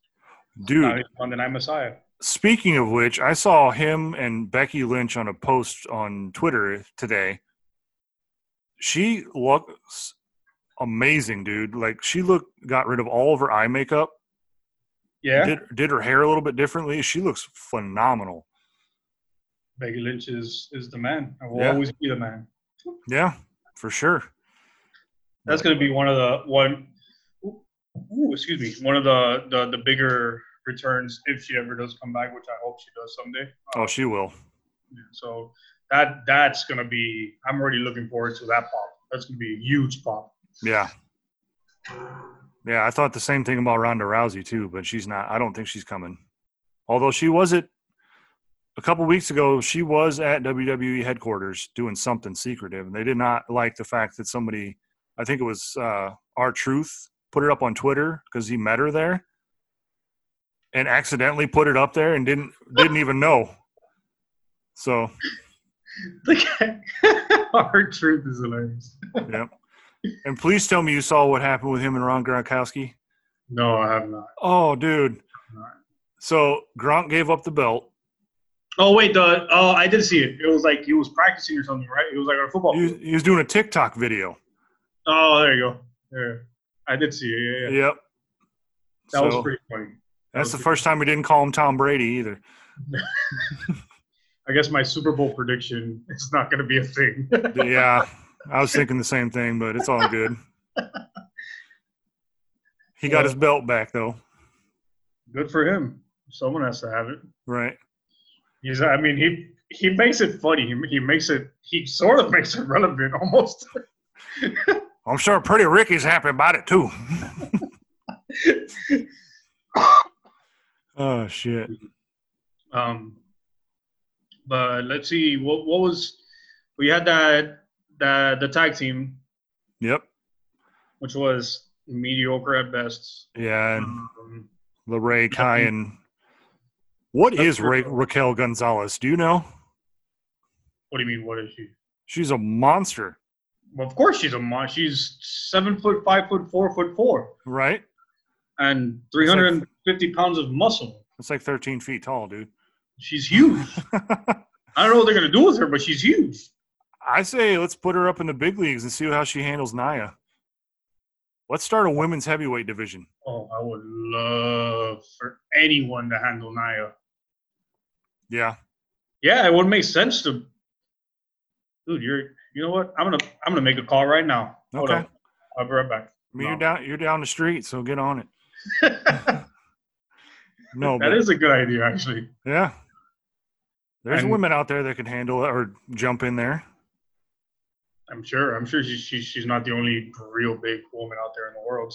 [SPEAKER 4] Now
[SPEAKER 3] Dude,
[SPEAKER 4] he's Monday Night Messiah.
[SPEAKER 3] speaking of which, I saw him and Becky Lynch on a post on Twitter today. She looks amazing, dude. Like she looked got rid of all of her eye makeup.
[SPEAKER 4] Yeah,
[SPEAKER 3] Did did her hair a little bit differently. She looks phenomenal.
[SPEAKER 4] Becky Lynch is is the man. and will
[SPEAKER 3] Yeah.
[SPEAKER 4] always be the man.
[SPEAKER 3] Yeah, for sure.
[SPEAKER 4] That's going to be one of the one. Ooh, excuse me. One of the, the the bigger returns if she ever does come back, which I hope she does someday.
[SPEAKER 3] Oh, she will.
[SPEAKER 4] Yeah, So that that's gonna be. I'm already looking forward to that pop. That's gonna be a huge pop. *laughs*
[SPEAKER 3] Yeah. Yeah, I thought the same thing about Ronda Rousey too, but she's not. I don't think she's coming. Although she was at a couple weeks ago, she was at WWE headquarters doing something secretive, and they did not like the fact that somebody, I think it was uh, our Truth, put it up on Twitter because he met her there, and accidentally put it up there and didn't didn't even know. So
[SPEAKER 4] *laughs* Our truth is hilarious.
[SPEAKER 3] and please tell me you saw what happened with him and Ron Gronkowski.
[SPEAKER 4] No, I have not.
[SPEAKER 3] Oh, dude.
[SPEAKER 4] Alright.
[SPEAKER 3] So Gronk gave up the belt.
[SPEAKER 4] Oh wait, the oh I did see it. It was like he was practicing or something, right? It was like on a football.
[SPEAKER 3] He was,
[SPEAKER 4] field.
[SPEAKER 3] he was doing a TikTok video.
[SPEAKER 4] Oh, there you go. There. I did see it. Yeah, yeah.
[SPEAKER 3] Yep.
[SPEAKER 4] That
[SPEAKER 3] So
[SPEAKER 4] was pretty funny.
[SPEAKER 3] that's
[SPEAKER 4] was
[SPEAKER 3] the
[SPEAKER 4] pretty-
[SPEAKER 3] first time we didn't call him Tom Brady either.
[SPEAKER 4] I guess my Super Bowl prediction is not gonna be a thing. *laughs*
[SPEAKER 3] yeah, I was thinking the same thing, but it's all good. He got his belt back though,
[SPEAKER 4] Good for him. Someone has to have it.
[SPEAKER 3] right?
[SPEAKER 4] He's. I mean, he he makes it funny. He, he makes it. He sort of *laughs* makes it relevant almost. *laughs*
[SPEAKER 3] I'm sure Pretty Ricky's happy about it
[SPEAKER 4] *laughs*
[SPEAKER 3] too. *laughs* oh shit!
[SPEAKER 4] Um, but let's see what what was we had that that the tag team,
[SPEAKER 3] Yep.
[SPEAKER 4] which was mediocre at best.
[SPEAKER 3] Yeah, and
[SPEAKER 4] Um,
[SPEAKER 3] Larae Kai and what
[SPEAKER 4] That's
[SPEAKER 3] is Ra-
[SPEAKER 4] Raquel.
[SPEAKER 3] Raquel Gonzalez? Do you know?
[SPEAKER 4] what do you mean? What is she?
[SPEAKER 3] She's a monster,
[SPEAKER 4] Well, of course she's a mon. She's seven foot, five foot, four foot four,
[SPEAKER 3] right?
[SPEAKER 4] and three hundred and fifty pounds of muscle.
[SPEAKER 3] It's like 13 feet tall, dude.
[SPEAKER 4] She's huge. I don't know what they're gonna do with her, but she's huge.
[SPEAKER 3] I say let's put her up in the big leagues and see how she handles Naya. Let's start a women's heavyweight division.
[SPEAKER 4] Oh, I would love for anyone to handle Naya.
[SPEAKER 3] Yeah.
[SPEAKER 4] Yeah, it would make sense to. Dude, you're. You know what? I'm gonna. I'm gonna make a call right now. Hold
[SPEAKER 3] Okay.
[SPEAKER 4] up. I'll be right
[SPEAKER 3] *laughs*
[SPEAKER 4] back.
[SPEAKER 3] I mean, you're
[SPEAKER 4] No.
[SPEAKER 3] down you're down the street, so get on it. No,
[SPEAKER 4] that
[SPEAKER 3] but
[SPEAKER 4] is a good idea, actually.
[SPEAKER 3] yeah. There's
[SPEAKER 4] And-
[SPEAKER 3] women out there that can handle it or jump in there.
[SPEAKER 4] I'm sure. I'm sure she's she's she's not the only real big woman out there in the world.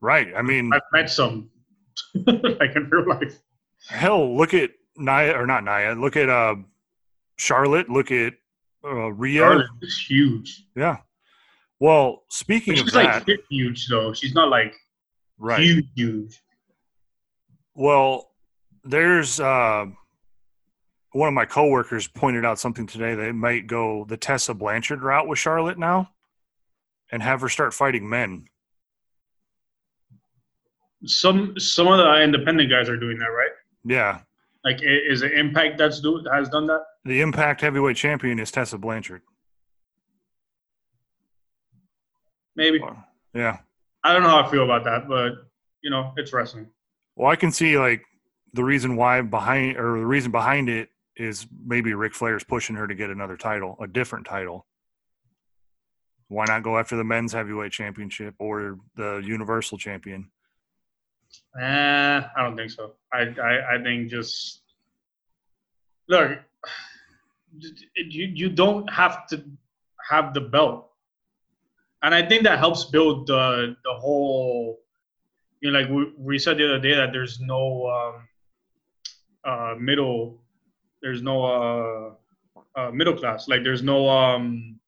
[SPEAKER 3] Right. I mean,
[SPEAKER 4] I've met some, *laughs* like in real life.
[SPEAKER 3] hell, look at Naya or not Naya. Look at uh Charlotte, look at uh Rhea.
[SPEAKER 4] Charlotte is huge.
[SPEAKER 3] Yeah. Well, speaking of
[SPEAKER 4] She's
[SPEAKER 3] that,
[SPEAKER 4] like hip huge though. She's not like
[SPEAKER 3] right.
[SPEAKER 4] huge huge.
[SPEAKER 3] Well, there's uh, one of my coworkers pointed out something today. They might go the Tessa Blanchard route with Charlotte now, and have her start fighting men.
[SPEAKER 4] Some some of the independent guys are doing that, right?
[SPEAKER 3] Yeah,
[SPEAKER 4] Like, i- is it Impact that's do has done that?
[SPEAKER 3] the Impact Heavyweight Champion is Tessa Blanchard.
[SPEAKER 4] Maybe.
[SPEAKER 3] Yeah.
[SPEAKER 4] I don't know how I feel about that, but you know, it's wrestling.
[SPEAKER 3] Well, I can see like the reason why behind or the reason behind it is maybe Ric Flair's pushing her to get another title, a different title. Why not go after the men's heavyweight championship or the universal champion?
[SPEAKER 4] Uh, I don't think so. I, I, I think just look, you, you don't have to have the belt. And I think that helps build the, the whole, you know, like we, we said the other day that there's no um, uh, middle, there's no uh, uh, middle class. Like there's no, um,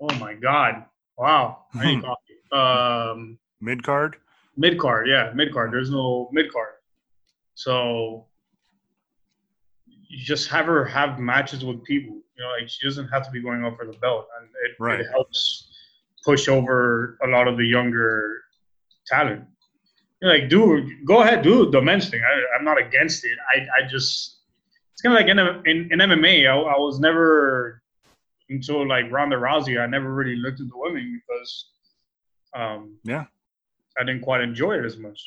[SPEAKER 4] oh my God. Wow. I need coffee. Um,
[SPEAKER 3] Mid card?
[SPEAKER 4] Mid card, yeah, mid card. There's no mid card. So you just have her have matches with people. You know, like she doesn't have to be going up for the belt, and it,
[SPEAKER 3] Right.
[SPEAKER 4] it helps push over a lot of the younger talent. You're like, dude, go ahead, do the men's thing. I, I'm not against it. I, I just it's kind of like in, a, in in MMA. I, I was never until like Ronda Rousey. I never really looked at the women because, um,
[SPEAKER 3] Yeah.
[SPEAKER 4] I didn't quite enjoy it as much.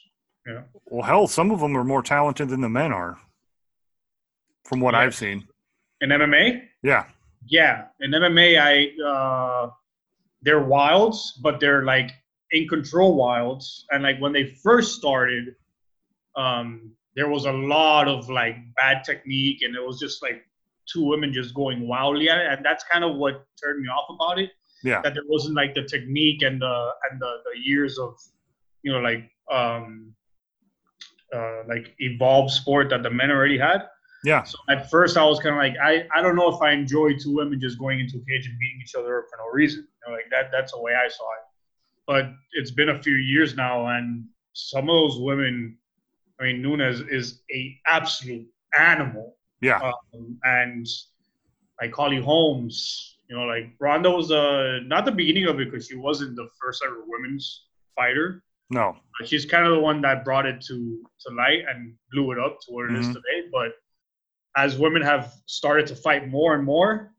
[SPEAKER 4] You know,
[SPEAKER 3] Well, hell, some of them are more talented than the men are, from what
[SPEAKER 4] Yeah.
[SPEAKER 3] I've seen.
[SPEAKER 4] in MMA,
[SPEAKER 3] Yeah.
[SPEAKER 4] Yeah, in MMA, I uh, they're wilds, but they're like in control wilds. And like when they first started, um, there was a lot of like bad technique, and it was just like two women just going wildly at it. And that's kind of what turned me off about it.
[SPEAKER 3] Yeah.
[SPEAKER 4] That there wasn't like the technique and the and the, the years of you know like um, uh, like evolved sport that the men already had.
[SPEAKER 3] Yeah.
[SPEAKER 4] So at first, I was kind of like, I, I don't know if I enjoy two women just going into a cage and beating each other up for no reason. You know, like that that's the way I saw it. But it's been a few years now, and some of those women, I mean, Nunes is a absolute animal.
[SPEAKER 3] Yeah.
[SPEAKER 4] Um, and like Holly Holmes, you know, like Ronda was uh, not the beginning of it because she wasn't the first ever women's fighter
[SPEAKER 3] No.
[SPEAKER 4] but she's kind of the one that brought it to to light and blew it up to what it is
[SPEAKER 3] Mhm.
[SPEAKER 4] today. But as women have started to fight more and more,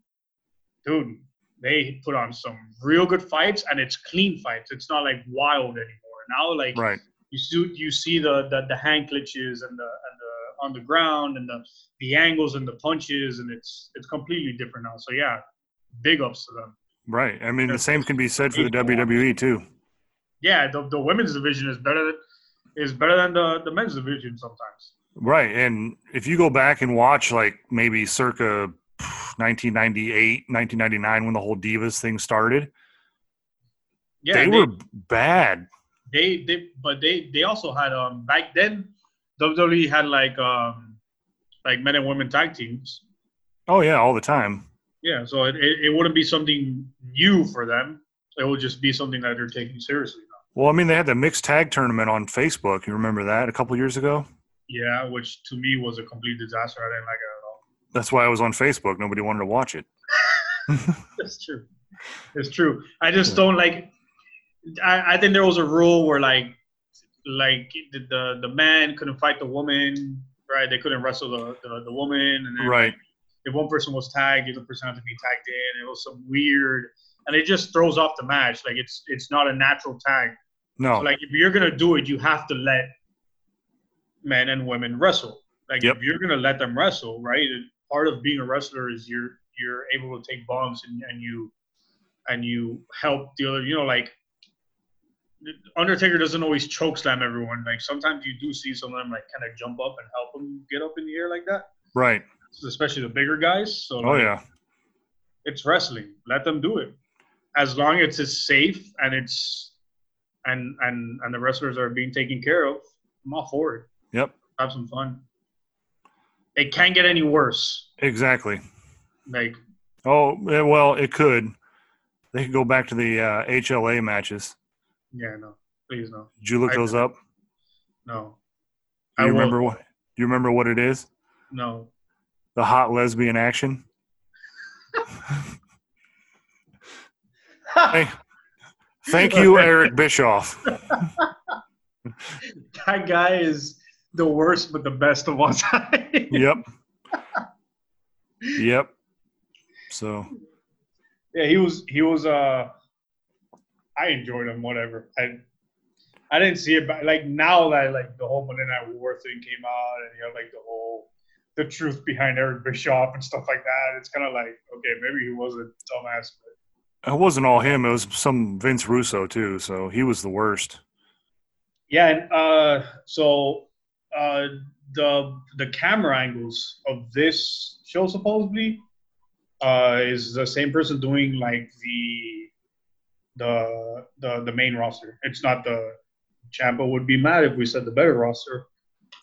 [SPEAKER 4] dude, they put on some real good fights, and it's clean fights. It's not like wild anymore. Now, like
[SPEAKER 3] Right.
[SPEAKER 4] you see, you see the the, the hand glitches and the and the on the ground and the the angles and the punches, and it's it's completely different now. So yeah, big ups to them.
[SPEAKER 3] Right. I mean, the same can be said for the WWE, too.
[SPEAKER 4] Yeah, the, the women's division is better than is better than the, the men's division sometimes.
[SPEAKER 3] Right. And if you go back and watch, like, maybe circa 1998, 1999, when the whole Divas thing started,
[SPEAKER 4] Yeah,
[SPEAKER 3] they, were bad.
[SPEAKER 4] they they but they they also had um back then WWE had like um like men and women tag teams.
[SPEAKER 3] Oh, yeah, all the time.
[SPEAKER 4] Yeah, so it, it, it wouldn't be something new for them. It would just be something that they're taking seriously now.
[SPEAKER 3] Well, I mean, they had the mixed tag tournament on Facebook. You remember that a couple years ago?
[SPEAKER 4] Yeah, which to me was a complete disaster. I didn't like it at all.
[SPEAKER 3] That's why I was on Facebook. Nobody wanted to watch it.
[SPEAKER 4] *laughs* That's true. It's true. I just don't like. I, I think there was a rule where like, like the, the the man couldn't fight the woman, right? They couldn't wrestle the the, the woman, and then
[SPEAKER 3] Right.
[SPEAKER 4] if one person was tagged, the other person had to be tagged in. It was some weird, and it just throws off the match. Like it's it's not a natural tag.
[SPEAKER 3] No.
[SPEAKER 4] So, like if you're gonna do it, you have to let men and women wrestle. Like
[SPEAKER 3] Yep.
[SPEAKER 4] if you're gonna let them wrestle, right? and Part of being a wrestler is you're you're able to take bombs and, and you and you help the other. You know, like Undertaker doesn't always choke slam everyone. Like sometimes you do see some of them like kind of jump up and help them get up in the air like that,
[SPEAKER 3] Right.
[SPEAKER 4] especially the bigger guys. So
[SPEAKER 3] Oh,
[SPEAKER 4] like,
[SPEAKER 3] yeah.
[SPEAKER 4] it's wrestling. Let them do it. As long as it's safe and it's and and and the wrestlers are being taken care of, I'm all for it.
[SPEAKER 3] Yep.
[SPEAKER 4] Have some fun. It can't get any worse.
[SPEAKER 3] Exactly.
[SPEAKER 4] Like
[SPEAKER 3] Oh, eh, well, it could. They could go back to the uh, HLA matches.
[SPEAKER 4] yeah, no, please no,
[SPEAKER 3] Did you look
[SPEAKER 4] I-
[SPEAKER 3] those up?
[SPEAKER 4] no.
[SPEAKER 3] Do you
[SPEAKER 4] will-
[SPEAKER 3] remember what? Do you remember what it is?
[SPEAKER 4] No, *laughs*
[SPEAKER 3] The hot lesbian action. Hey, thank you, Eric Bischoff.
[SPEAKER 4] that guy is the worst, but the best of all *laughs* time.
[SPEAKER 3] Yep. Yep. So
[SPEAKER 4] yeah, he was he was uh I enjoyed him, whatever. I I didn't see it but like now that like the whole Monday Night War thing came out and you know like the whole the truth behind Eric Bischoff and stuff like that, it's kinda like, okay, maybe he was a dumbass, but
[SPEAKER 3] it wasn't all him. It was some Vince Russo too. So he was the worst.
[SPEAKER 4] Yeah, and uh, so uh, the the camera angles of this show supposedly uh, is the same person doing like the the the the main roster. It's not the Champa would be mad if we said the better roster.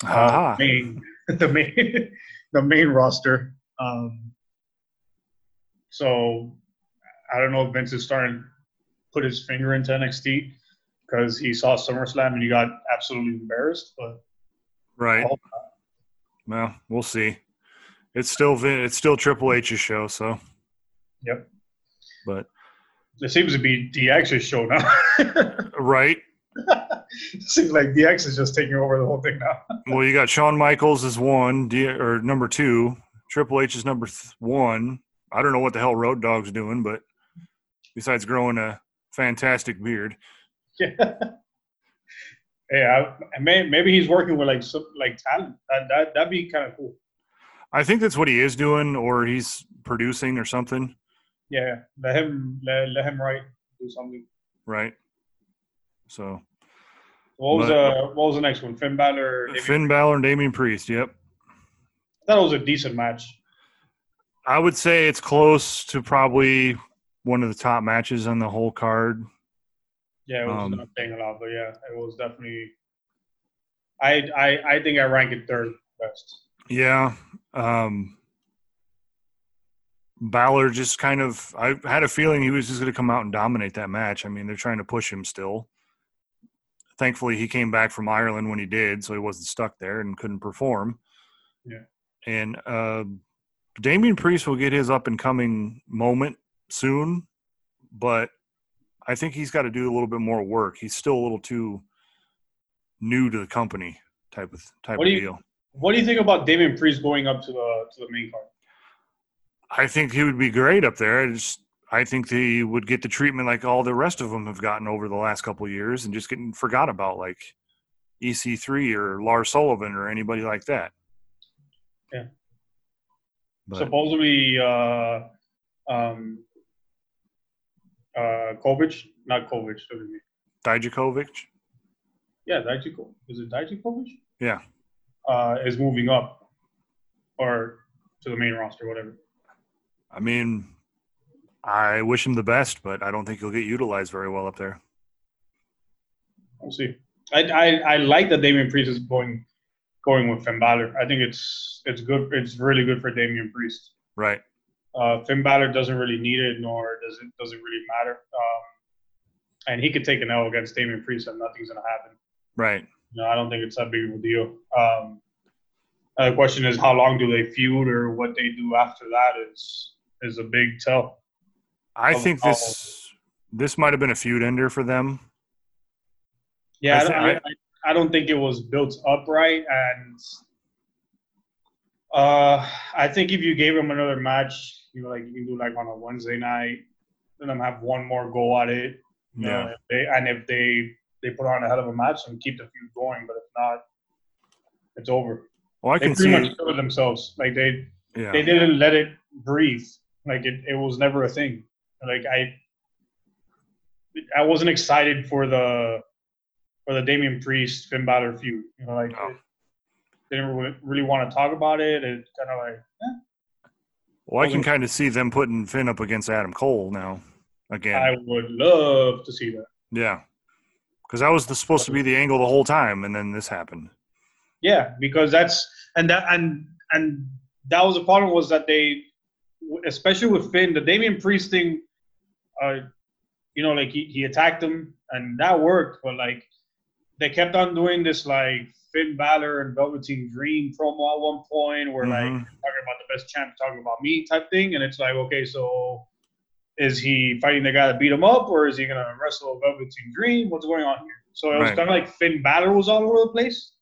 [SPEAKER 4] Uh,
[SPEAKER 3] Haha.
[SPEAKER 4] main, *laughs* the main the main roster. Um, so I don't know if Vince is starting to put his finger into NXT because he saw SummerSlam and he got absolutely embarrassed. But
[SPEAKER 3] Right. Well, we'll see. It's still Vin- it's still Triple H's show, so
[SPEAKER 4] Yep.
[SPEAKER 3] But
[SPEAKER 4] it seems to be DX's show *laughs* now.
[SPEAKER 3] right.
[SPEAKER 4] seems like DX is just taking over the whole thing now. *laughs*
[SPEAKER 3] Well, you got Shawn Michaels is one, D- or number two. Triple H is number th- one. I don't know what the hell Road Dog's doing, but besides growing a fantastic beard,
[SPEAKER 4] Yeah, I, may, maybe he's working with like some like talent. That that that'd be kind of cool.
[SPEAKER 3] I think that's what he is doing, or he's producing or something,
[SPEAKER 4] Yeah, let him let, let him write do something.
[SPEAKER 3] right? So
[SPEAKER 4] What was
[SPEAKER 3] But-
[SPEAKER 4] uh what was the next one? Finn Balor. Damian-
[SPEAKER 3] Finn Balor and Damian Priest. Yep,
[SPEAKER 4] I thought it was a decent match.
[SPEAKER 3] I would say it's close to probably one of the top matches on the whole card.
[SPEAKER 4] Yeah, it was
[SPEAKER 3] Um,
[SPEAKER 4] not saying a lot, but yeah, it was definitely. I I I think I rank it third best.
[SPEAKER 3] Yeah. Um Balor just kind of I had a feeling he was just gonna come out and dominate that match. I mean, they're trying to push him still. Thankfully he came back from Ireland when he did, so he wasn't stuck there and couldn't perform.
[SPEAKER 4] Yeah.
[SPEAKER 3] And uh Damian Priest will get his up and coming moment soon, but I think he's got to do a little bit more work. He's still a little too new to the company type of type
[SPEAKER 4] What
[SPEAKER 3] of
[SPEAKER 4] do you-
[SPEAKER 3] deal.
[SPEAKER 4] What do you think about Damian Priest going up to the to the main card?
[SPEAKER 3] I think he would be great up there. I just I think he would get the treatment like all the rest of them have gotten over the last couple of years and just getting forgot about like EC3 or Lars Sullivan or anybody like that.
[SPEAKER 4] Yeah.
[SPEAKER 3] But
[SPEAKER 4] Supposedly, uh, um, uh, Kovic, not Kovic. excuse me.
[SPEAKER 3] Dijakovic,
[SPEAKER 4] Yeah, Dijakovic. Is it Dijakovic?
[SPEAKER 3] Yeah.
[SPEAKER 4] Uh, is moving up, or to the main roster, whatever.
[SPEAKER 3] I mean, I wish him the best, but I don't think he'll get utilized very well up there.
[SPEAKER 4] We'll see. I, I, I like that Damian Priest is going going with Finn Balor. I think it's it's good. It's really good for Damian Priest.
[SPEAKER 3] Right.
[SPEAKER 4] Uh, Finn Balor doesn't really need it, nor does it doesn't really matter. Um, and he could take an L against Damian Priest, and nothing's gonna happen.
[SPEAKER 3] Right.
[SPEAKER 4] No, I don't think it's that big of a deal. Um, uh, the question is, how long do they feud, or what they do after that is is a big tell.
[SPEAKER 3] I
[SPEAKER 4] Of-
[SPEAKER 3] think this this might have been a feud ender for them. I
[SPEAKER 4] Yeah, I,
[SPEAKER 3] thi-
[SPEAKER 4] don't- I, I, I don't think it was built up right, and uh, I think if you gave him another match, you know, like you can do like on a Wednesday night, let them have one more go at it. you know, if they, and if they they put on a hell of a match and keep the feud going, but if not, it's over.
[SPEAKER 3] Well, I
[SPEAKER 4] They
[SPEAKER 3] can
[SPEAKER 4] pretty
[SPEAKER 3] see.
[SPEAKER 4] much killed themselves. Like they
[SPEAKER 3] yeah.
[SPEAKER 4] they didn't let it breathe. Like it, it was never a thing. Like I, I wasn't excited for the, for the Damian Priest Finn Balor feud. You know, like
[SPEAKER 3] No.
[SPEAKER 4] they didn't really- really want to talk about it. It kind of like
[SPEAKER 3] Well, I can kind of see them putting Finn up against Adam Cole now again.
[SPEAKER 4] I would love to see that.
[SPEAKER 3] yeah, because that was the, supposed to be the angle the whole time, and then this happened.
[SPEAKER 4] Yeah, because that's and that and and that was the problem was that they, especially with Finn, the Damian Priest thing, uh, you know, like he, he attacked him and that worked, but like they kept on doing this like Finn Balor and Velveteen Dream promo at one point, where like
[SPEAKER 3] Mhm.
[SPEAKER 4] talking about the best champ talking about me type thing, and it's like okay, so is he fighting the guy that beat him up, or is he gonna wrestle Velveteen Dream? What's going on here? So it was
[SPEAKER 3] Right.
[SPEAKER 4] kind of like Finn Balor was all over the place,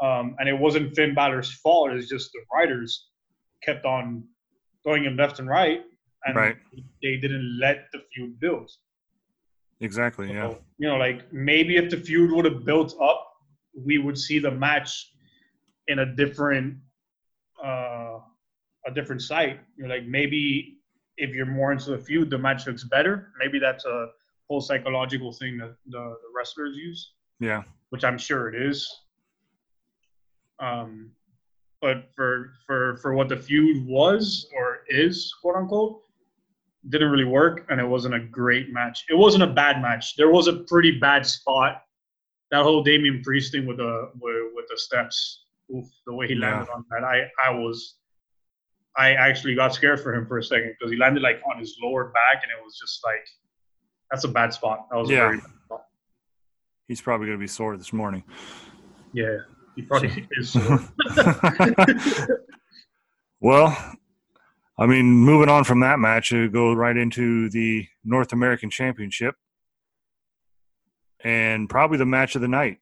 [SPEAKER 4] um, and it wasn't Finn Balor's fault. It's just the writers kept on throwing him left and right, and
[SPEAKER 3] Right.
[SPEAKER 4] they didn't let the feud build.
[SPEAKER 3] exactly. Yeah,
[SPEAKER 4] So, you know, like maybe if the feud would have built up, we would see the match in a different uh a different site. You know, like maybe if you're more into the feud, the match looks better. Maybe that's a whole psychological thing that the, the wrestlers use,
[SPEAKER 3] Yeah.
[SPEAKER 4] which I'm sure it is. Um, but for for for what the feud was or is, quote unquote, didn't really work, and it wasn't a great match. It wasn't a bad match. There was a pretty bad spot. That whole Damian Priest thing with the with, with the steps, oof, the way he landed on that, I I was, I actually got scared for him for a second because he landed like on his lower back, and it was just like, that's a bad spot. That was a
[SPEAKER 3] Yeah.
[SPEAKER 4] very bad spot.
[SPEAKER 3] He's probably going to be sore this morning.
[SPEAKER 4] *laughs*
[SPEAKER 3] *laughs*
[SPEAKER 4] Yeah, he probably is.
[SPEAKER 3] well, I mean, moving on from that match, we go right into the North American Championship and probably the match of the night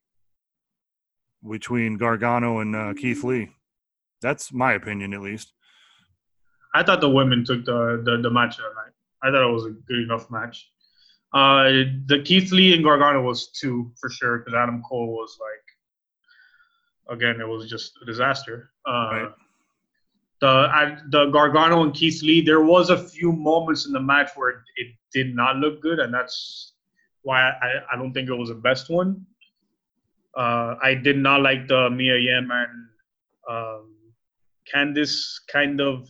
[SPEAKER 3] between Gargano and uh, Keith Lee. That's my opinion, at least.
[SPEAKER 4] I thought the women took the, the, the match of the night. I thought it was a good enough match. Uh, the Keith Lee and Gargano was two for sure because Adam Cole was like, again, it was just a disaster. Uh,
[SPEAKER 3] Right.
[SPEAKER 4] The I, the Gargano and Keith Lee, there was a few moments in the match where it, it did not look good, and that's why I, I don't think it was the best one. Uh, I did not like the Mia Yim and um, Candice kind of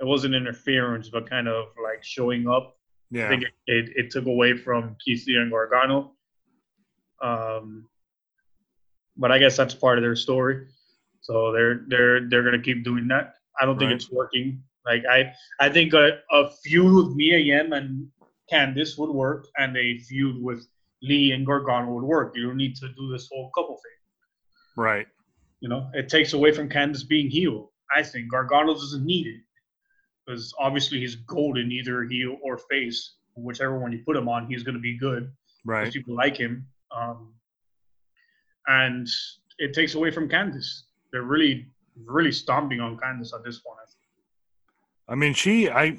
[SPEAKER 4] it wasn't interference, but kind of like showing up. I
[SPEAKER 3] Yeah.
[SPEAKER 4] think it, it, it took away from Keith Lee and Gargano. Um, but I guess that's part of their story. So they're they're they're gonna keep doing that. I don't think
[SPEAKER 3] Right.
[SPEAKER 4] it's working. Like I I think a, a feud with Mia Yim and Candice would work, and a feud with Lee and Gargano would work. You don't need to do this whole couple thing.
[SPEAKER 3] Right.
[SPEAKER 4] You know, it takes away from Candace being heel. I think Gargano doesn't need it because obviously he's golden, either heel or face, whichever one you put him on, he's going to be good. 'cause
[SPEAKER 3] Right.
[SPEAKER 4] People like him, um, and it takes away from Candace. They're really, really stomping on Candace at this point. I think.
[SPEAKER 3] I mean, she, I,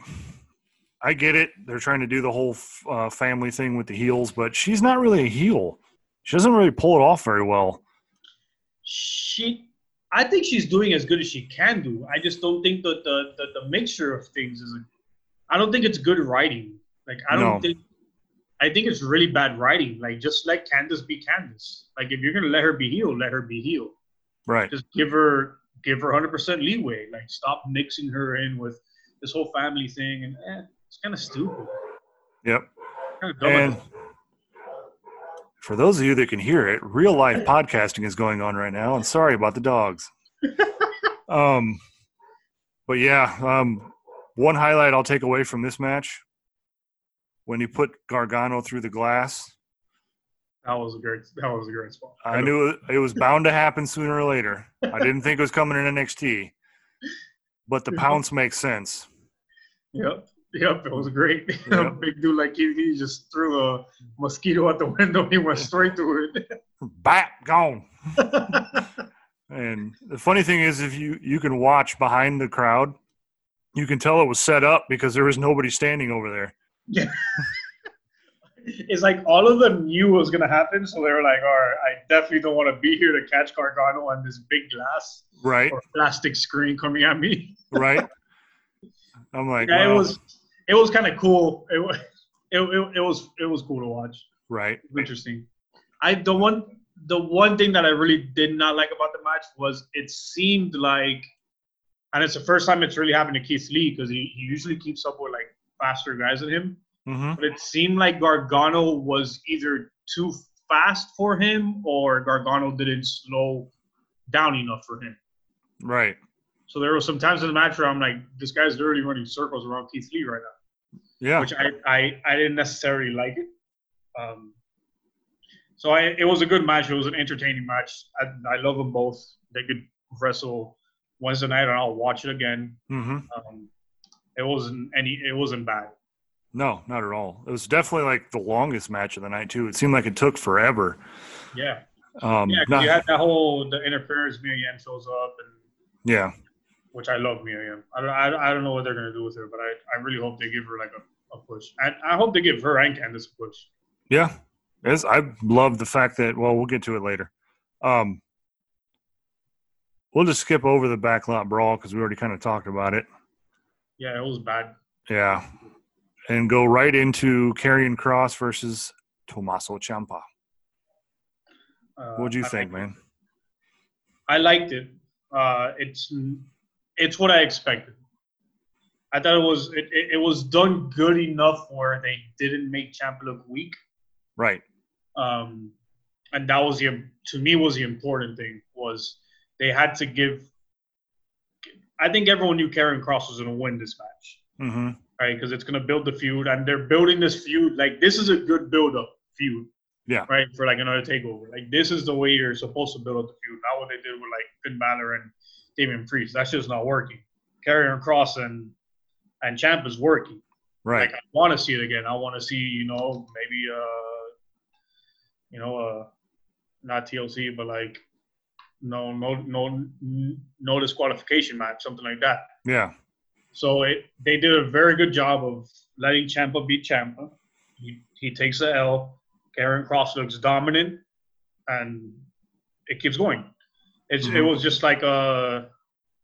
[SPEAKER 3] I get it. They're trying to do the whole f- uh, family thing with the heels, but she's not really a heel. She doesn't really pull it off very well.
[SPEAKER 4] She, I think she's doing as good as she can do. I just don't think that the the, the mixture of things is. A, I don't think it's good writing. Like I don't
[SPEAKER 3] No.
[SPEAKER 4] think. I think it's really bad writing. Like just let Candace be Candace. Like if you're gonna let her be heel, let her be heel.
[SPEAKER 3] Right.
[SPEAKER 4] Just give her give her 100% leeway. Like stop mixing her in with this whole family thing and eh, it's kind of stupid.
[SPEAKER 3] Yep.
[SPEAKER 4] Kinda dumb.
[SPEAKER 3] And for those of you that can hear it, real life podcasting is going on right now. And sorry about the dogs. um, but yeah, um, one highlight I'll take away from this match when he put Gargano through the glass.
[SPEAKER 4] that was a great that was a great spot.
[SPEAKER 3] I knew it- it was bound to happen sooner or later. I didn't think it was coming in NXT, but the pounce makes sense.
[SPEAKER 4] Yep. Yep, it was great. *laughs* A
[SPEAKER 3] Yep.
[SPEAKER 4] Big dude like he, he just threw a mosquito out the window. He went straight through it.
[SPEAKER 3] Bap, gone. And the funny thing is, if you you can watch behind the crowd, you can tell it was set up because there was nobody standing over there.
[SPEAKER 4] *laughs* it's like all of them knew it was gonna happen, so they were like, "All right, I definitely don't want to be here to catch Gargano on this big glass
[SPEAKER 3] Right,
[SPEAKER 4] or plastic screen coming at me."
[SPEAKER 3] right.
[SPEAKER 4] *laughs*
[SPEAKER 3] I'm like,
[SPEAKER 4] Yeah, it
[SPEAKER 3] well,
[SPEAKER 4] was it was kind of cool. It, wa- *laughs* it, it, it was it was cool to watch.
[SPEAKER 3] right,
[SPEAKER 4] It was interesting. I the one the one thing that I really did not like about the match was it seemed like, and it's the first time it's really happened to Keith Lee because he, he usually keeps up with like faster guys than him.
[SPEAKER 3] hmm
[SPEAKER 4] But it seemed like Gargano was either too fast for him or Gargano didn't slow down enough for him.
[SPEAKER 3] right,
[SPEAKER 4] So there were some times in the match where I'm like, this guy's literally running circles around Keith Lee right now
[SPEAKER 3] yeah,
[SPEAKER 4] which I, I, I didn't necessarily like it. Um, so I, it was a good match. It was an entertaining match. I, I love them both. They could wrestle Wednesday night, and I'll watch it again.
[SPEAKER 3] hmm
[SPEAKER 4] Um, it wasn't any. It wasn't bad.
[SPEAKER 3] No, not at all. It was definitely like the longest match of the night too. It seemed like it took forever.
[SPEAKER 4] Yeah,
[SPEAKER 3] Um,
[SPEAKER 4] yeah. 'cause
[SPEAKER 3] not-
[SPEAKER 4] you had that whole the interference. Mia Yim shows up, and
[SPEAKER 3] yeah,
[SPEAKER 4] which I love Mia Yim. I don't, I, I don't know what they're gonna do with her, but I, I really hope they give her like a, a push. And I hope they give her and Candice a push.
[SPEAKER 3] yeah. It's, I love the fact that. Well, we'll get to it later. Um, we'll just skip over the backlot brawl because we already kind of talked about it.
[SPEAKER 4] Yeah, it was bad.
[SPEAKER 3] Yeah. And go right into Karrion Cross versus Tommaso Ciampa.
[SPEAKER 4] Uh,
[SPEAKER 3] What'd you
[SPEAKER 4] I
[SPEAKER 3] think,
[SPEAKER 4] liked it.
[SPEAKER 3] man?
[SPEAKER 4] I liked it. Uh, it's it's what I expected. I thought it was it, it, it was done good enough where they didn't make Champa look weak,
[SPEAKER 3] Right.
[SPEAKER 4] um, and that was the to me was the important thing was they had to give. I think everyone knew Karen Cross was going to win this match.
[SPEAKER 3] Mm-hmm.
[SPEAKER 4] right? Because it's going to build the feud, and they're building this feud. Like this is a good build-up feud.
[SPEAKER 3] Yeah.
[SPEAKER 4] Right for like another takeover. Like this is the way you're supposed to build up the feud, not what they did with like Finn Balor and Damian Priest. That's just not working. Carrying Cross and and Champ is working.
[SPEAKER 3] Right.
[SPEAKER 4] Like I want to see it again. I want to see you know maybe uh you know uh not TLC but like no no no no disqualification match something like that.
[SPEAKER 3] yeah.
[SPEAKER 4] So it, they did a very good job of letting Champa beat Champa. He, he takes the L. Karen Cross looks dominant, and it keeps going. It's, It
[SPEAKER 3] Mhm.
[SPEAKER 4] was just like a.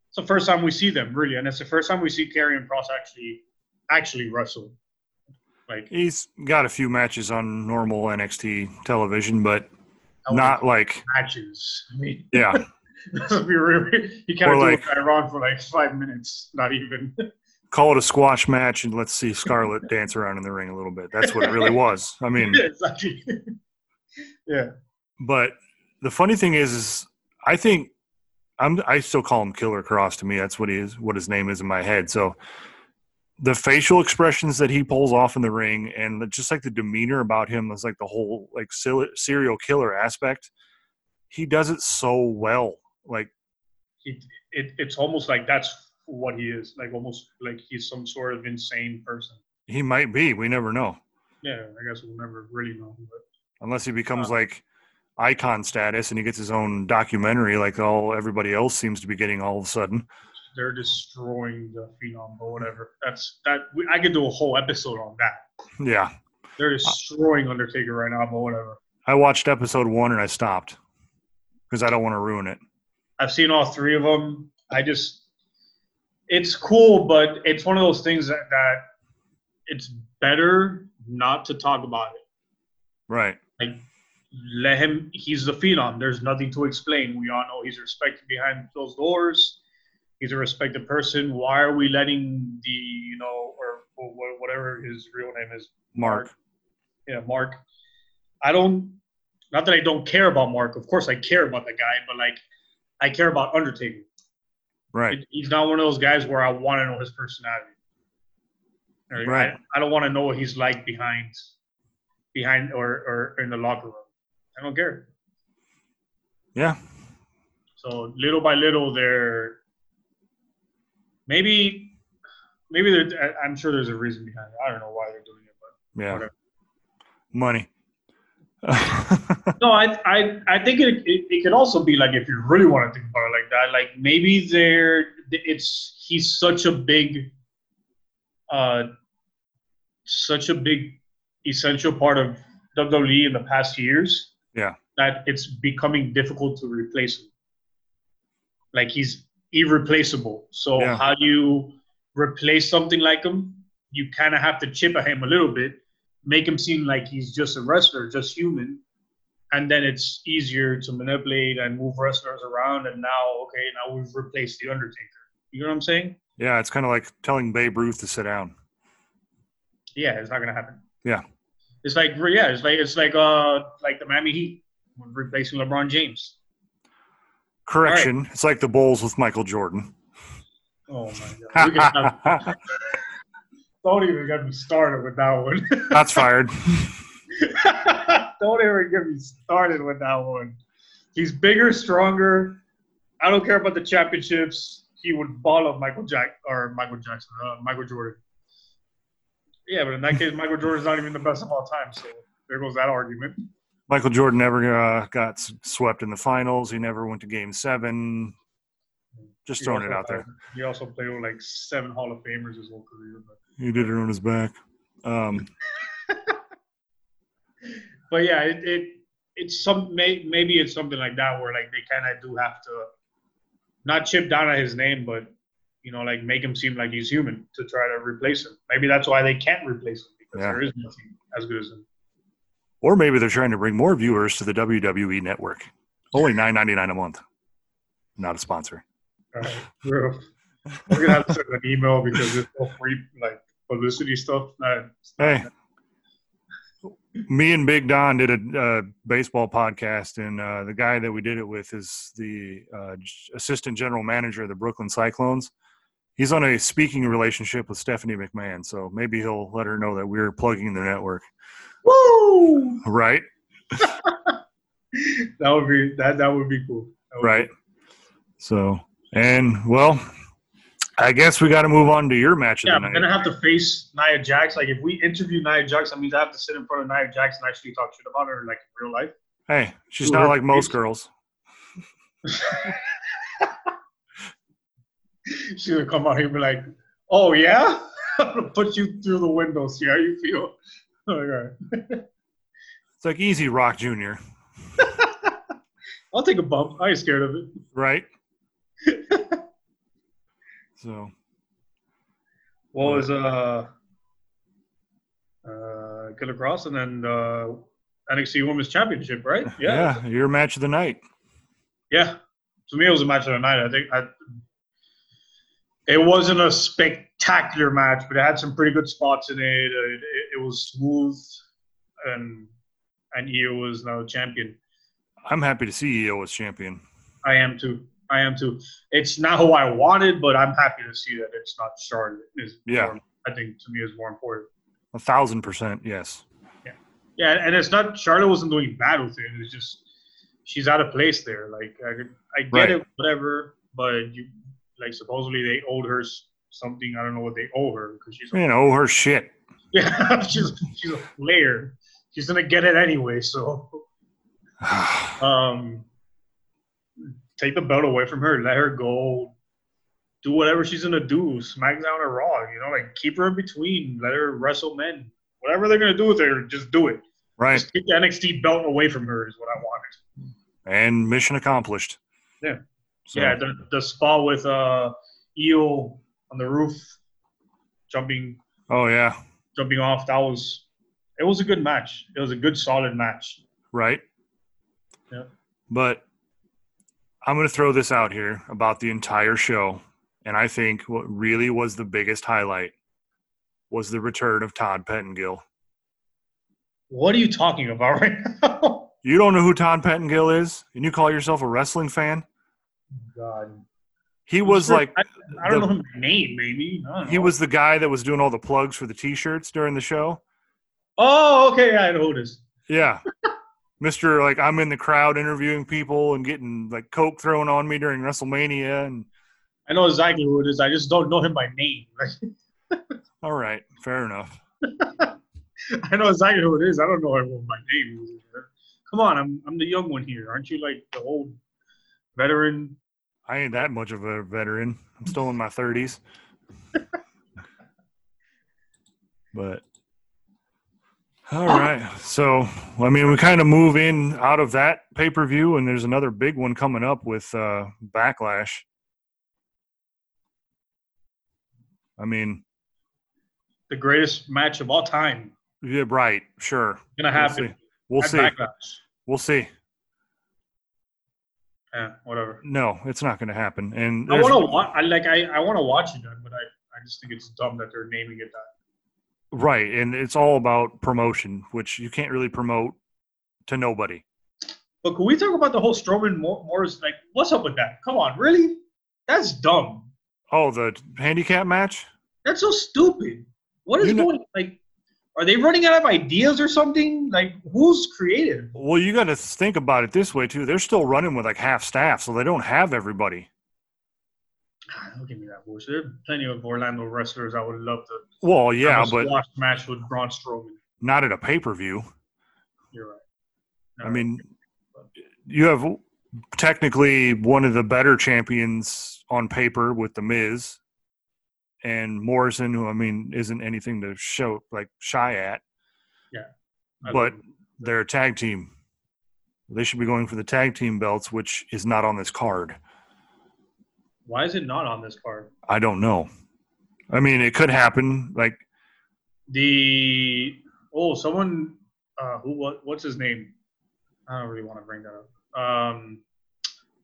[SPEAKER 4] It's the first time we see them really, and it's the first time we see Karen Cross actually actually wrestle. Like
[SPEAKER 3] He's got a few matches on normal NXT television, but
[SPEAKER 4] I would-
[SPEAKER 3] not like
[SPEAKER 4] matches. I mean, *laughs*
[SPEAKER 3] yeah.
[SPEAKER 4] let's be real. You can't do
[SPEAKER 3] like-
[SPEAKER 4] a guy wrong for like five minutes, not even. *laughs*
[SPEAKER 3] Call it a squash match and let's see Scarlett dance around in the ring a little bit. That's what it really was. I mean,
[SPEAKER 4] Yeah, exactly. yeah.
[SPEAKER 3] but the funny thing is, is I think I'm I still call him Killer Cross to me. That's what he is, what his name is in my head. So the facial expressions that he pulls off in the ring, and the- just like the demeanor about him, is like the whole like sil- serial killer aspect. He does it so well. Like
[SPEAKER 4] it, it it's almost like that's what he is like almost like he's some sort of insane person
[SPEAKER 3] he might be. We never know
[SPEAKER 4] yeah i guess we'll never really know but
[SPEAKER 3] unless he becomes like icon status and he gets his own documentary, like all everybody else seems to be getting all of a sudden. *laughs*
[SPEAKER 4] they're destroying the phenom or whatever that's that we, i could do a whole episode on that
[SPEAKER 3] Yeah,
[SPEAKER 4] they're destroying undertaker right now but whatever
[SPEAKER 3] I watched episode one and I stopped because I don't want to ruin it.
[SPEAKER 4] i've seen all three of them i just it's cool but it's one of those things that, that it's better not to talk about it
[SPEAKER 3] Right.
[SPEAKER 4] let him he's the phenom there's nothing to explain we all know he's respected behind closed doors he's a respected person why are we letting the you know or, or wha- whatever his real name is
[SPEAKER 3] Mark.
[SPEAKER 4] yeah mark i don't not that i don't care about mark of course i care about the guy but like i care about undertaker
[SPEAKER 3] Right.
[SPEAKER 4] he's not one of those guys where i want to know his personality All I-
[SPEAKER 3] Right.
[SPEAKER 4] I, don't want to know what he's like behind behind or, or in the locker room i don't care
[SPEAKER 3] Yeah.
[SPEAKER 4] So little by little, they're maybe maybe they're, I- I'm sure there's a reason behind it. I don't know why they're doing it,
[SPEAKER 3] *laughs*
[SPEAKER 4] but
[SPEAKER 3] Yeah.
[SPEAKER 4] Whatever.
[SPEAKER 3] Money. *laughs*
[SPEAKER 4] no, I I, I think it, it it could also be like if you really want to think about it like that, like maybe they're it's he's such a big uh such a big essential part of WWE in the past years.
[SPEAKER 3] Yeah.
[SPEAKER 4] That it's becoming difficult to replace him. Like he's irreplaceable. So
[SPEAKER 3] Yeah.
[SPEAKER 4] how do you replace something like him? You kind of have to chip at him a little bit, make him seem like he's just a wrestler, just human. And then it's easier to manipulate and move wrestlers around. And now, okay, now we've replaced The Undertaker. You know what I'm saying?
[SPEAKER 3] yeah, it's kind of like telling Babe Ruth to sit down.
[SPEAKER 4] Yeah, it's not gonna happen.
[SPEAKER 3] Yeah.
[SPEAKER 4] It's like yeah, it's like it's like uh like the Miami Heat replacing LeBron James.
[SPEAKER 3] Correction. It's like the Bulls with Michael Jordan.
[SPEAKER 4] Oh my *laughs* god. We can
[SPEAKER 3] *laughs*
[SPEAKER 4] have,
[SPEAKER 3] That's
[SPEAKER 4] don't even get me started with that one. *laughs*
[SPEAKER 3] fired.
[SPEAKER 4] don't even get me started with that one. He's bigger, stronger. I don't care about the championships. He would ball up Michael Jack or Michael Jackson, uh, Michael Jordan. Yeah, but in that case, Michael Jordan's not even the best of all time. So there goes that argument.
[SPEAKER 3] Michael Jordan never uh, got s- swept in the finals. He never went to game seven. Just throwing it
[SPEAKER 4] also
[SPEAKER 3] out there.
[SPEAKER 4] had- He also played with like seven Hall of Famers his whole career. But,
[SPEAKER 3] He did it on his back. Um,
[SPEAKER 4] but yeah, it, it it's some may, maybe it's something like that where like they kind of do have to not chip down at his name, but you know, like make him seem like he's human to try to replace him. Maybe that's why they can't replace him because
[SPEAKER 3] Yeah.
[SPEAKER 4] there is nothing as good as him.
[SPEAKER 3] Or maybe they're trying to bring more viewers to the WWE network. Only nine ninety nine a month. Not a sponsor.
[SPEAKER 4] All right, we're, we're gonna have to send an email because it's all free like publicity stuff. Nah, it's not-
[SPEAKER 3] Hey, me and Big Don did a uh, baseball podcast, and uh, the guy that we did it with is the uh, g- assistant general manager of the Brooklyn Cyclones. He's on a speaking relationship with Stephanie McMahon, so maybe he'll let her know that we're plugging the network,
[SPEAKER 4] Woo!
[SPEAKER 3] right?
[SPEAKER 4] *laughs* That would be that. That would be cool. That would be
[SPEAKER 3] Right. So, and well, I guess we got to move on to your match of
[SPEAKER 4] Yeah,
[SPEAKER 3] the
[SPEAKER 4] I'm
[SPEAKER 3] night.
[SPEAKER 4] gonna have to face Nia Jax. Like, if we interview Nia Jax, that means I have to sit in front of Nia Jax and actually talk shit about her, like in real life. *laughs*
[SPEAKER 3] Hey, she's
[SPEAKER 4] Who
[SPEAKER 3] not
[SPEAKER 4] her
[SPEAKER 3] like most
[SPEAKER 4] face-
[SPEAKER 3] girls.
[SPEAKER 4] She would come out here and be like, "Oh yeah, *laughs* I'm gonna put you through the window. See how you feel." *laughs* Like, "All right.
[SPEAKER 3] It's like Easy Rock Jr.,
[SPEAKER 4] I'll take a bump. I ain't scared of it.
[SPEAKER 3] right?
[SPEAKER 4] *laughs*
[SPEAKER 3] so,
[SPEAKER 4] What was uh, uh, Killer Cross and then uh, NXT Women's Championship, right?
[SPEAKER 3] yeah. your match of the night.
[SPEAKER 4] Yeah, to me it was a match of the night. I think I, it wasn't a spectacular match, but it had some pretty good spots in it. Uh, It, it, it was smooth, and and Io was now champion.
[SPEAKER 3] I'm happy to see EO as champion.
[SPEAKER 4] I am too. I am too. It's not who I wanted, but I'm happy to see that it's not Charlotte. Is
[SPEAKER 3] Yeah.
[SPEAKER 4] more- I think to me is more important.
[SPEAKER 3] A thousand percent, yes.
[SPEAKER 4] Yeah, and it's not Charlotte wasn't doing bad with it. It's just she's out of place there. Like I, could- I get
[SPEAKER 3] Right.
[SPEAKER 4] it, whatever. But you like supposedly they owed her s- something. I don't know what they owe her because she's a,
[SPEAKER 3] You know her shit.
[SPEAKER 4] *laughs*
[SPEAKER 3] *sighs*
[SPEAKER 4] yeah, she's she's a player. She's gonna get it anyway. So um, take the belt away from her. Let her go. Do whatever she's gonna do. SmackDown or Raw. You know, like keep her in between. Let her wrestle men. Whatever they're gonna do with her, just do it.
[SPEAKER 3] right.
[SPEAKER 4] Just take the NXT belt away from her is what I wanted.
[SPEAKER 3] And mission accomplished.
[SPEAKER 4] Yeah.
[SPEAKER 3] So,
[SPEAKER 4] Yeah, the, the spot with uh Eel on the roof, jumping
[SPEAKER 3] oh, yeah.
[SPEAKER 4] jumping off. That was it was a good match. It was a good solid match.
[SPEAKER 3] right?
[SPEAKER 4] Yeah.
[SPEAKER 3] But I'm going to throw this out here about the entire show, and I think what really was the biggest highlight was the return of Todd Pettengill.
[SPEAKER 4] What are you talking about *laughs* right now?
[SPEAKER 3] You don't know who Todd Pettengill is, and you call yourself a wrestling fan?
[SPEAKER 4] God,
[SPEAKER 3] He was like
[SPEAKER 4] I, I don't
[SPEAKER 3] the-
[SPEAKER 4] know his name. Maybe I don't
[SPEAKER 3] he
[SPEAKER 4] know.
[SPEAKER 3] was the guy that was doing all the plugs for the t-shirts during the show.
[SPEAKER 4] Oh, okay, I know who it is. *laughs*
[SPEAKER 3] Yeah. Mr. like I'm in the crowd interviewing people and getting like coke thrown on me during WrestleMania and
[SPEAKER 4] I know exactly who it is. I just don't know him by name. *laughs*
[SPEAKER 3] all right, fair enough.
[SPEAKER 4] I know exactly who it is. I don't know everyone by name. Come on, I'm I'm the young one here. Aren't you like the old veteran
[SPEAKER 3] I ain't that much of a veteran. I'm still in my 30s. but all right. So, I mean, we kind of move in out of that pay per view, and there's another big one coming up with uh, Backlash. I mean,
[SPEAKER 4] the greatest match of all time
[SPEAKER 3] yeah, right. Sure. We'll
[SPEAKER 4] gonna happen.
[SPEAKER 3] see. We'll
[SPEAKER 4] at
[SPEAKER 3] see.
[SPEAKER 4] Backlash.
[SPEAKER 3] We'll see.
[SPEAKER 4] Yeah, whatever.
[SPEAKER 3] No, it's not going to happen. And
[SPEAKER 4] I
[SPEAKER 3] there's-
[SPEAKER 4] want to watch. I like. I, I want to watch it done, but I, I just think it's dumb that they're naming it that.
[SPEAKER 3] Right, and it's all about promotion, which you can't really promote to nobody.
[SPEAKER 4] But can we talk about the whole Strowman Mor- Morris? Like, what's up with that? Come on, really? That's dumb.
[SPEAKER 3] Oh, the handicap match?
[SPEAKER 4] That's so stupid. What is
[SPEAKER 3] You know-
[SPEAKER 4] going? Like, are they running out of ideas or something? Like, who's creative?
[SPEAKER 3] Well, you got to think about it this way too. They're still running with like half staff, so they don't have everybody.
[SPEAKER 4] Ah, Don't give me that bullshit. There are plenty of Orlando wrestlers I would love to
[SPEAKER 3] Well, yeah,
[SPEAKER 4] have a
[SPEAKER 3] but
[SPEAKER 4] squash match with Braun Strowman.
[SPEAKER 3] not at a pay per view.
[SPEAKER 4] You're right.
[SPEAKER 3] I mean, you have technically one of the better champions on paper with the Miz and Morrison, who I mean isn't anything to show like shy at.
[SPEAKER 4] I
[SPEAKER 3] but
[SPEAKER 4] don't-
[SPEAKER 3] they're a tag team. They should be going for the tag team belts, which is not on this card.
[SPEAKER 4] Why is it not on this card?
[SPEAKER 3] I don't know. I mean, it could happen. Like,
[SPEAKER 4] The oh, someone uh, who what what's his name? I don't really want to bring that up. Um,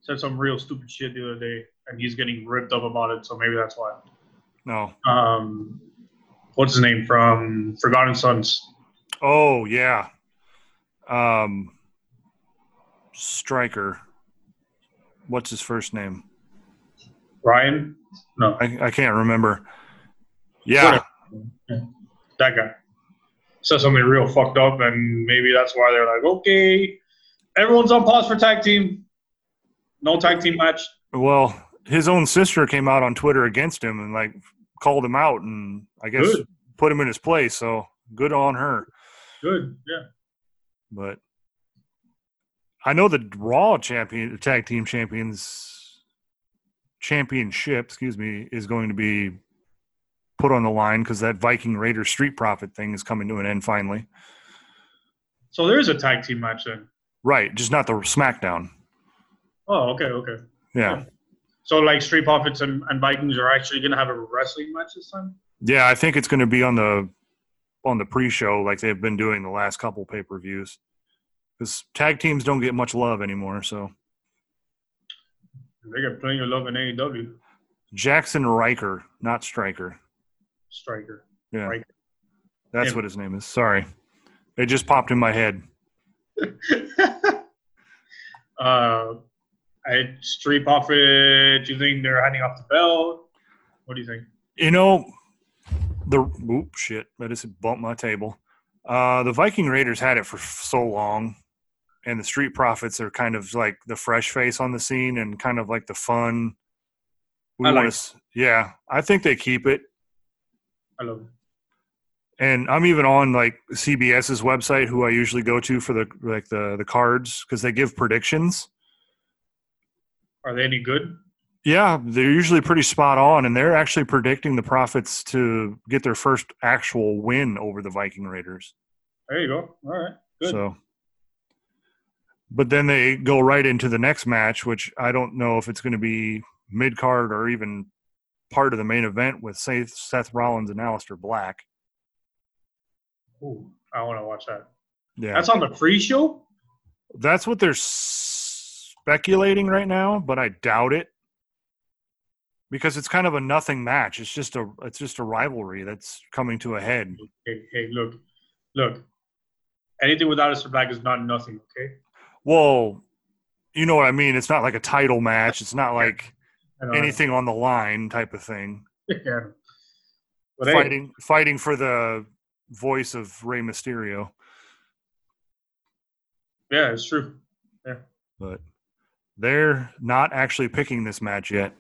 [SPEAKER 4] said some real stupid shit the other day, and he's getting ripped up about it. So maybe that's why.
[SPEAKER 3] no.
[SPEAKER 4] Um, what's his name from Forgotten Sons?
[SPEAKER 3] Oh yeah. Um, striker. What's his first name?
[SPEAKER 4] Ryan? No,
[SPEAKER 3] I, I can't remember. Yeah,
[SPEAKER 4] that guy said something real fucked up, and maybe that's why they're like, okay, everyone's on pause for tag team. No tag team match.
[SPEAKER 3] Well, his own sister came out on Twitter against him and like called him out and I guess
[SPEAKER 4] Good.
[SPEAKER 3] put him in his place. So good on her.
[SPEAKER 4] Good. Yeah.
[SPEAKER 3] But I know the Raw champion, the tag team champions championship, excuse me, is going to be put on the line because that Viking Raider Street Profit thing is coming to an end finally.
[SPEAKER 4] So there's a tag team match then.
[SPEAKER 3] Right, just not the SmackDown.
[SPEAKER 4] Oh, okay, okay.
[SPEAKER 3] Yeah.
[SPEAKER 4] So like Street Profits and, and Vikings are actually gonna have a wrestling match this time?
[SPEAKER 3] Yeah, I think it's going to be on the on the pre-show like they've been doing the last couple pay-per-views. Because tag teams don't get much love anymore. So
[SPEAKER 4] They got plenty of love in E AEW.
[SPEAKER 3] Jackson Riker, not Striker.
[SPEAKER 4] Striker.
[SPEAKER 3] Yeah,
[SPEAKER 4] Riker.
[SPEAKER 3] that's
[SPEAKER 4] Yeah.
[SPEAKER 3] what his name is. Sorry, it just popped in my head.
[SPEAKER 4] uh I Street Profit, do you think they're handing off the belt? What do you think?
[SPEAKER 3] You know, the oop shit. I just bumped my table. Uh, the Viking Raiders had it for f- so long, and the Street Profits are kind of like the fresh face on the scene and kind of like the fun. We
[SPEAKER 4] I
[SPEAKER 3] wanna
[SPEAKER 4] like
[SPEAKER 3] s- yeah, I think they keep it.
[SPEAKER 4] I love it.
[SPEAKER 3] and I'm even on like CBS's website, who I usually go to for the like the the cards because they give predictions.
[SPEAKER 4] Are they any good?
[SPEAKER 3] Yeah, they're usually pretty spot on, and they're actually predicting the Profits to get their first actual win over the Viking Raiders.
[SPEAKER 4] There you go. All right. Good.
[SPEAKER 3] So, but then they go right into the next match, which I don't know if it's going to be mid card or even part of the main event with Seth Seth Rollins and Aleister Black.
[SPEAKER 4] Ooh, I wanna watch that.
[SPEAKER 3] Yeah,
[SPEAKER 4] That's on the free show?
[SPEAKER 3] That's what they're s- speculating right now, but I doubt it because it's kind of a nothing match. It's just a it's just a rivalry that's coming to a head.
[SPEAKER 4] Hey, hey, look, look. Anything without a black is not nothing, okay?
[SPEAKER 3] Well, you know what I mean. It's not like a title match. It's not like
[SPEAKER 4] I know.
[SPEAKER 3] anything on the line type of thing.
[SPEAKER 4] *laughs* Yeah. But hey,
[SPEAKER 3] Fighting fighting for the voice of Rey Mysterio.
[SPEAKER 4] yeah, it's true.
[SPEAKER 3] but they're not actually picking this match yet.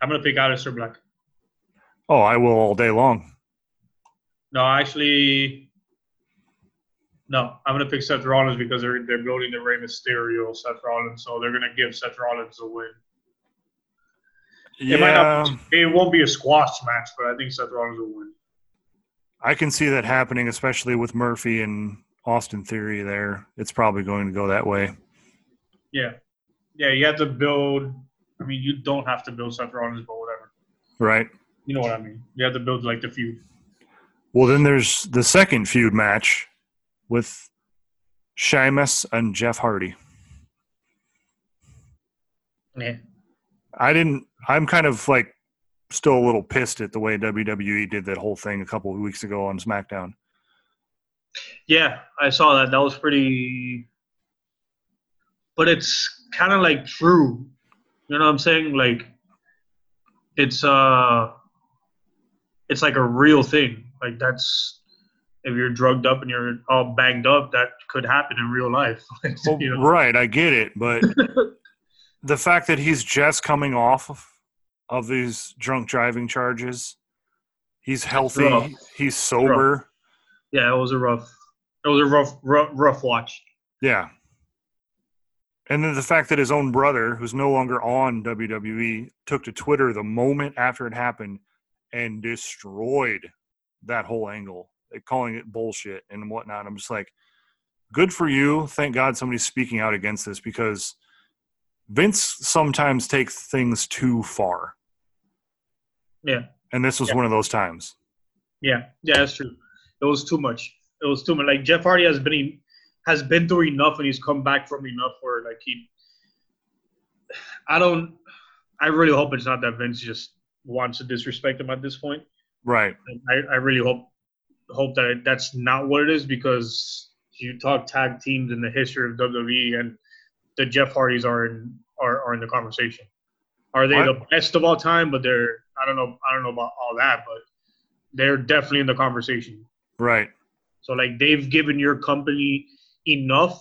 [SPEAKER 4] I'm gonna pick Alistair Black.
[SPEAKER 3] Oh, I will all day long.
[SPEAKER 4] No, actually, no. I'm gonna pick Seth Rollins because they're they're building the Rey Mysterio Seth Rollins, so they're gonna give Seth Rollins a win. It might not. It won't be a squash match, but I think Seth Rollins will win.
[SPEAKER 3] I can see that happening, especially with Murphy and Austin Theory there. It's probably going to go that way.
[SPEAKER 4] Yeah, yeah. You have to build. I mean, you don't have to build Seth Rollins, but whatever.
[SPEAKER 3] Right.
[SPEAKER 4] You know what I mean. You have to build like the feud.
[SPEAKER 3] Well, then there's the second feud match with Sheamus and Jeff Hardy.
[SPEAKER 4] Yeah.
[SPEAKER 3] I didn't, I'm kind of like still a little pissed at the way WWE did that whole thing a couple of weeks ago on SmackDown.
[SPEAKER 4] Yeah, I saw that. That was pretty. But it's kind of like true. You know what I'm saying? Like, it's uh, it's like a real thing. Like that's if you're drugged up and you're all banged up, that could happen in real life. *laughs*
[SPEAKER 3] Well,
[SPEAKER 4] You know?
[SPEAKER 3] Right. I get it.
[SPEAKER 4] *laughs*
[SPEAKER 3] But the fact that he's just coming off of, of these drunk driving charges, he's healthy,
[SPEAKER 4] rough.
[SPEAKER 3] he's sober.
[SPEAKER 4] Yeah, it was a rough. It was a rough, rough, rough watch.
[SPEAKER 3] Yeah. And then the fact that his own brother, who's no longer on WWE, took to Twitter the moment after it happened and destroyed that whole angle, like, calling it bullshit and whatnot. I'm just like, good for you. Thank God somebody's speaking out against this because Vince sometimes takes things too far.
[SPEAKER 4] Yeah.
[SPEAKER 3] And this was
[SPEAKER 4] Yeah.
[SPEAKER 3] one of those times.
[SPEAKER 4] Yeah, yeah, that's true. It was too much. It was too much. Like Jeff Hardy has been has been through enough, and he's come back from enough where like he. I don't. I really hope it's not that Vince just wants to disrespect him at this point.
[SPEAKER 3] Right.
[SPEAKER 4] And I, I really hope hope that it, that's not what it is because you talk tag teams in the history of WWE and the Jeff Hardys are in are, are in the conversation. Are they the best of all time? But they're I don't know I don't know about all that, but they're definitely in the conversation.
[SPEAKER 3] Right.
[SPEAKER 4] So like they've given your company enough,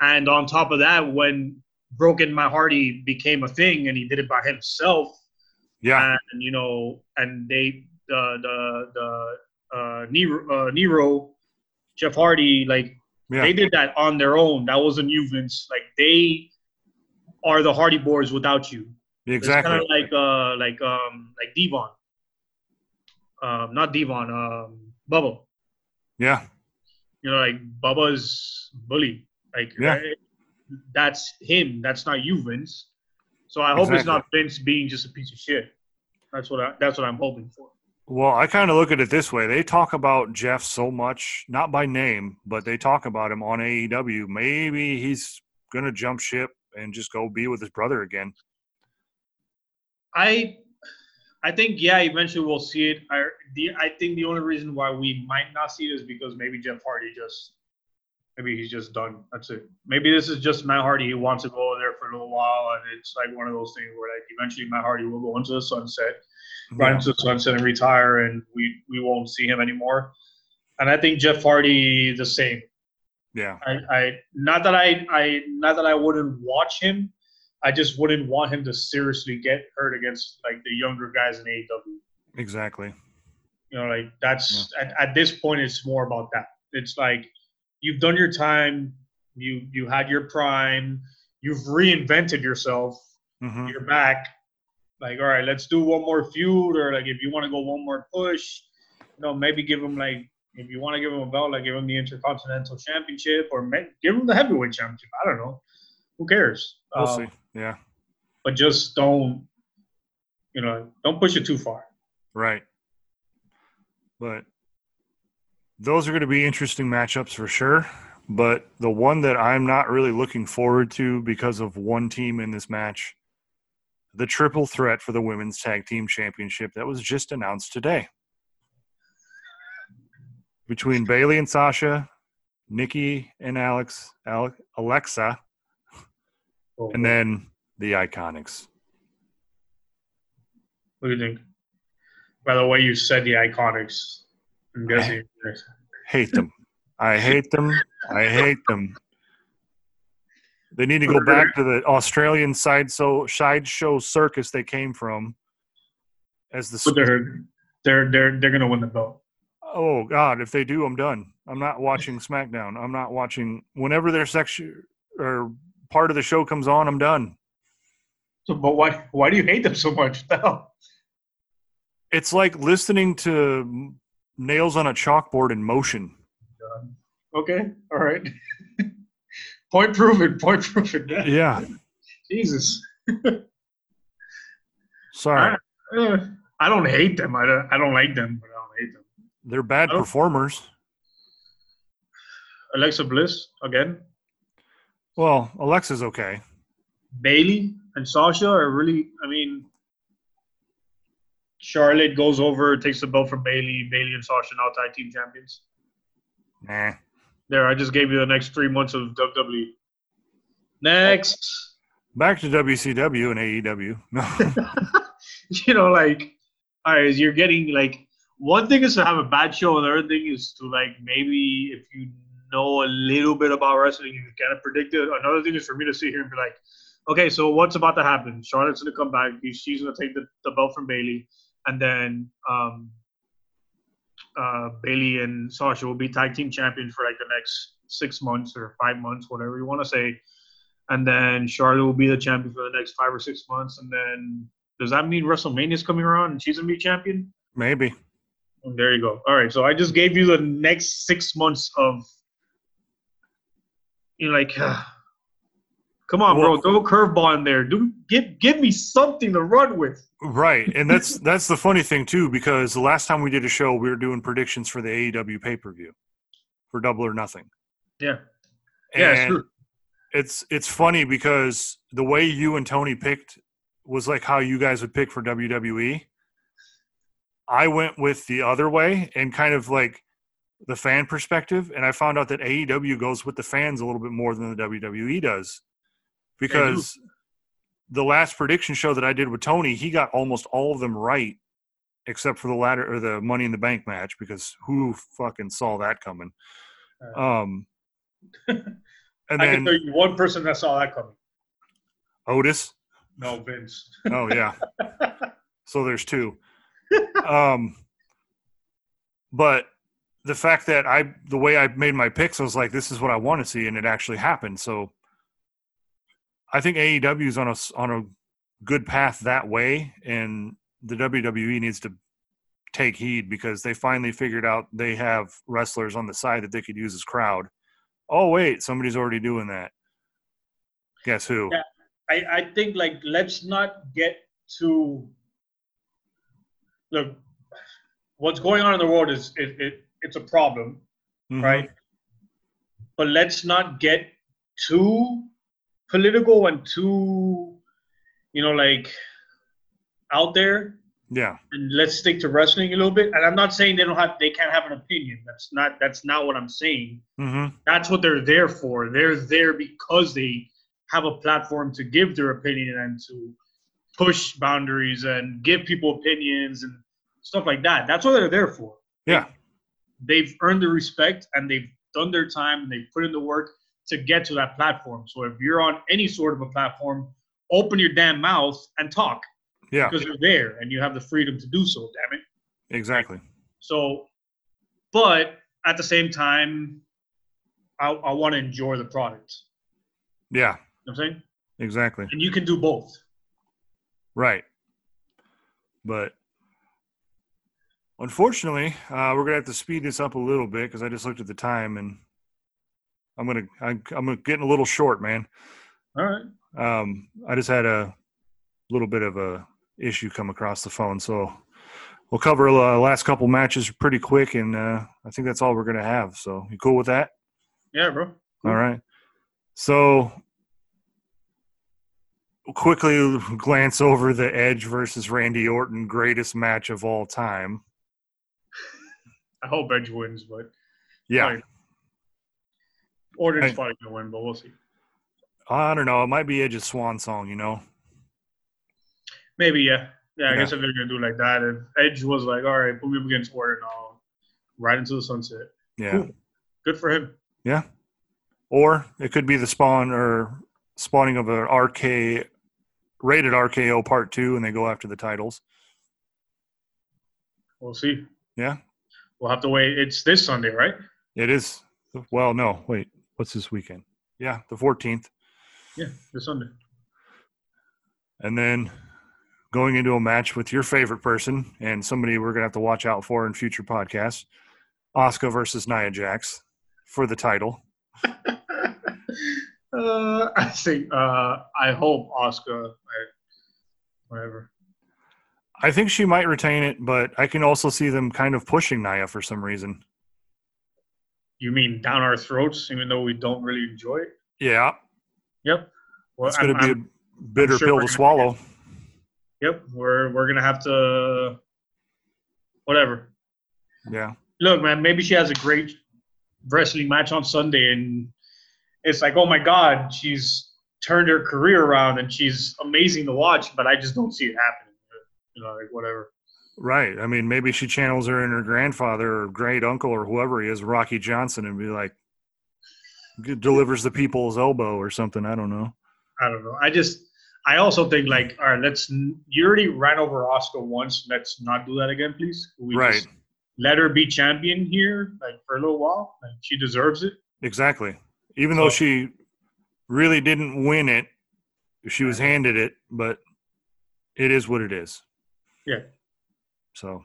[SPEAKER 4] and on top of that, when Broken My Hardy became a thing and he did it by himself,
[SPEAKER 3] Yeah.
[SPEAKER 4] and you know, and they the the the uh, Nero, uh, Nero, Jeff Hardy, like
[SPEAKER 3] Yeah.
[SPEAKER 4] they did that on their own. That was a new Vince. Like they are the Hardy Boys without you.
[SPEAKER 3] Exactly.
[SPEAKER 4] It's kind of like uh like um like Devon. Um, not Devon. Um, Bubba.
[SPEAKER 3] Yeah.
[SPEAKER 4] You know, like Bubba's bully. Like
[SPEAKER 3] Yeah.
[SPEAKER 4] eh, that's him. That's not you, Vince. So I hope it's
[SPEAKER 3] Exactly.
[SPEAKER 4] not Vince being just a piece of shit. That's what I, that's what I'm hoping for.
[SPEAKER 3] Well, I kind of look at it this way. They talk about Jeff so much, not by name, but they talk about him on AEW. Maybe he's going to jump ship and just go be with his brother again.
[SPEAKER 4] I I think yeah, eventually we'll see it. I the I think the only reason why we might not see it is because maybe Jeff Hardy just maybe he's just done. That's it. Maybe this is just Matt Hardy. He wants to go over there for a little while, and it's like one of those things where like eventually Matt Hardy will go into the sunset, run into the sunset, and retire, and we we won't see him anymore. And I think Jeff Hardy the same.
[SPEAKER 3] Yeah.
[SPEAKER 4] I, I not that I, I not that I wouldn't watch him. I just wouldn't want him to seriously get hurt against like the younger guys in AEW.
[SPEAKER 3] Exactly.
[SPEAKER 4] You know, like that's at, at this point it's more about that. It's like you've done your time, you you had your prime, you've reinvented yourself,
[SPEAKER 3] hmm
[SPEAKER 4] you're back. Like, all right, let's do one more feud, or like if you want to go one more push, you know, maybe give him like if you want to give him a belt, like give him the Intercontinental Championship, or ma- give him the Heavyweight Championship. I don't know. Who cares?
[SPEAKER 3] We'll
[SPEAKER 4] Uh,
[SPEAKER 3] see. Yeah.
[SPEAKER 4] But just don't, you know, don't push it too far.
[SPEAKER 3] Right. But those are going to be interesting matchups for sure. But the one that I'm not really looking forward to because of one team in this match, the triple threat for the women's tag team championship that was just announced today between Bailey and Sasha, Nikki and Alex, Ale- Alexa,
[SPEAKER 4] So,
[SPEAKER 3] and then the Iconics.
[SPEAKER 4] what do you think? By the way, you said the Iconics. I'm guessing.
[SPEAKER 3] hate them. I hate them. I hate them. They need to go back to the Australian side so sideshow circus they came from. As the
[SPEAKER 4] But they're they're they're they're gonna win the belt.
[SPEAKER 3] oh god, if they do, I'm done. I'm not watching SmackDown. I'm not watching whenever their section or part of the show comes on. I'm done.
[SPEAKER 4] So, but why why do you hate them so much? *laughs* Though?
[SPEAKER 3] It's like listening to nails on a chalkboard in motion.
[SPEAKER 4] Okay, all right. point proven. Point proven.
[SPEAKER 3] Yeah,
[SPEAKER 4] Jesus.
[SPEAKER 3] sorry,
[SPEAKER 4] Eh, I don't hate them. I don't, I don't like them, but I don't hate them.
[SPEAKER 3] they're bad
[SPEAKER 4] Oh.
[SPEAKER 3] performers.
[SPEAKER 4] Alexa Bliss again.
[SPEAKER 3] Well, Alexa's okay.
[SPEAKER 4] Bailey and Sasha are really. I mean, Charlotte goes over, takes the belt from Bailey. Bailey and Sasha now tag team champions.
[SPEAKER 3] Nah.
[SPEAKER 4] There, I just gave you the next three months of WWE. Next.
[SPEAKER 3] Back to WCW and AEW. *laughs* No.
[SPEAKER 4] *laughs* you know, like, all right, you're getting like one thing is to have a bad show, and the other thing is to like maybe if you know a little bit about wrestling, you can kind of predict it. Another thing is for me to sit here and be like, okay, so what's about to happen? Charlotte's gonna come back. She- She's gonna take the, the belt from Bailey, and then um, uh, Bailey and Sasha will be tag team champions for like the next six months or five months, whatever you want to say. And then Charlotte will be the champion for the next five or six months, and then does that mean WrestleMania's coming around and she's gonna be champion?
[SPEAKER 3] Maybe.
[SPEAKER 4] And there you go. All right, so I just gave you the next six months of you know, like, come *sighs* Come on,
[SPEAKER 3] Well-
[SPEAKER 4] bro. Throw a curveball in there. Do give give me something to run with.
[SPEAKER 3] Right, and that's that's the funny thing too, because the last time we did a show, we were doing predictions for the AEW pay per view for Double or Nothing.
[SPEAKER 4] Yeah. Yeah, it's
[SPEAKER 3] And
[SPEAKER 4] true.
[SPEAKER 3] it's it's funny because the way you and Tony picked was like how you guys would pick for WWE. I went with the other way and kind of like the fan perspective, and I found out that AEW goes with the fans a little bit more than the WWE does because the last prediction show that I did with Tony, he got almost all of them right except for the latter or the Money in the Bank match because who fucking saw that coming?
[SPEAKER 4] *laughs*
[SPEAKER 3] Um, and
[SPEAKER 4] I
[SPEAKER 3] then
[SPEAKER 4] can tell you one person that saw that coming.
[SPEAKER 3] Otis.
[SPEAKER 4] No, Vince.
[SPEAKER 3] Oh yeah. so there's two. Um, but the fact that I, the way I made my picks, I was like, this is what I want to see, and it actually happened. So I think AEW is on a s- on a good path that way, and the WWE needs to take heed because they finally figured out they have wrestlers on the side that they could use as crowd. Oh wait, somebody's already doing that. Guess who?
[SPEAKER 4] Yeah. *laughs* I, I think like let's not get too look what's going on in the world is it, it it's a problem
[SPEAKER 3] Mhm.
[SPEAKER 4] right but let's not get too political and too you know like out there
[SPEAKER 3] Yeah.
[SPEAKER 4] and let's stick to wrestling a little bit and i'm not saying they don't have they can't have an opinion that's not that's not what i'm saying
[SPEAKER 3] hmm
[SPEAKER 4] that's what they're there for. They're there because they have a platform to give their opinion and to push boundaries and give people opinions and stuff like that. That's what they're there for.
[SPEAKER 3] Yeah.
[SPEAKER 4] They've earned the respect and they've done their time and they've put in the work to get to that platform. So if you're on any sort of a platform, open your damn mouth and talk
[SPEAKER 3] Yeah.
[SPEAKER 4] because you're there and you have the freedom to do so, damn it.
[SPEAKER 3] Exactly.
[SPEAKER 4] So, but at the same time, I, I want to enjoy the product.
[SPEAKER 3] Yeah.
[SPEAKER 4] You know what I'm saying,
[SPEAKER 3] Exactly.
[SPEAKER 4] and you can do both.
[SPEAKER 3] Right. But unfortunately, uh, we're gonna have to speed this up a little bit because I just looked at the time and I'm gonna I'm, I'm getting a little short, man.
[SPEAKER 4] All right.
[SPEAKER 3] Um, I just had a little bit of a issue come across the phone, so we'll cover the last couple matches pretty quick, and uh, I think that's all we're gonna have. So you cool with that?
[SPEAKER 4] Yeah, bro.
[SPEAKER 3] All right. So quickly glance over the Edge versus Randy Orton greatest match of all time.
[SPEAKER 4] I hope Edge wins, but
[SPEAKER 3] Yeah.
[SPEAKER 4] Right. Orton's
[SPEAKER 3] Right.
[SPEAKER 4] probably gonna win, but we'll see.
[SPEAKER 3] I don't know. It might be Edge's swan song, you know?
[SPEAKER 4] Maybe yeah. Yeah, I
[SPEAKER 3] Yeah.
[SPEAKER 4] guess if they're gonna do like that, if Edge was like, "All right, put me up against Orton, I'll right into the sunset."
[SPEAKER 3] Yeah.
[SPEAKER 4] Cool. Good for him.
[SPEAKER 3] Or it could be the spawn or spawning of an RK rated RKO part two and they go after the titles.
[SPEAKER 4] We'll see.
[SPEAKER 3] Yeah.
[SPEAKER 4] We'll have to wait. It's this Sunday, right?
[SPEAKER 3] It is well, no, wait, what's this weekend? Yeah, the fourteenth.
[SPEAKER 4] Yeah, this Sunday.
[SPEAKER 3] and then going into a match with your favorite person and somebody we're gonna have to watch out for in future podcasts, Oscar versus Nia Jax for the title.
[SPEAKER 4] *laughs* uh, I think. Uh, I hope Oscar. Whatever.
[SPEAKER 3] I think she might retain it, but I can also see them kind of pushing Nia for some reason.
[SPEAKER 4] You mean down our throats, even though we don't really enjoy it?
[SPEAKER 3] Yeah,
[SPEAKER 4] Yep. Well,
[SPEAKER 3] it's gonna
[SPEAKER 4] I'm-
[SPEAKER 3] be
[SPEAKER 4] I'm-
[SPEAKER 3] a bitter
[SPEAKER 4] sure
[SPEAKER 3] pill
[SPEAKER 4] we're
[SPEAKER 3] to
[SPEAKER 4] gonna-
[SPEAKER 3] swallow.
[SPEAKER 4] yep. We're we're gonna have to. Whatever.
[SPEAKER 3] Yeah,
[SPEAKER 4] Look, man. Maybe she has a great wrestling match on Sunday, and it's like, oh my God, she's turned her career around, and she's amazing to watch. But I just don't see it happening. You know, like whatever.
[SPEAKER 3] right. I mean, maybe she channels her inner grandfather or great uncle or whoever he is, Rocky Johnson, and be like, g- delivers the people's elbow or something. I don't know.
[SPEAKER 4] I don't know. I just. I also think like, all right, let's. n- You already ran over Oscar once. Let's not do that again, please. We
[SPEAKER 3] right.
[SPEAKER 4] just let her be champion here, like for a little while. Like she deserves it.
[SPEAKER 3] Exactly. Even though
[SPEAKER 4] So-
[SPEAKER 3] she really didn't win it, she was handed it, but it is what it is.
[SPEAKER 4] Yeah.
[SPEAKER 3] So,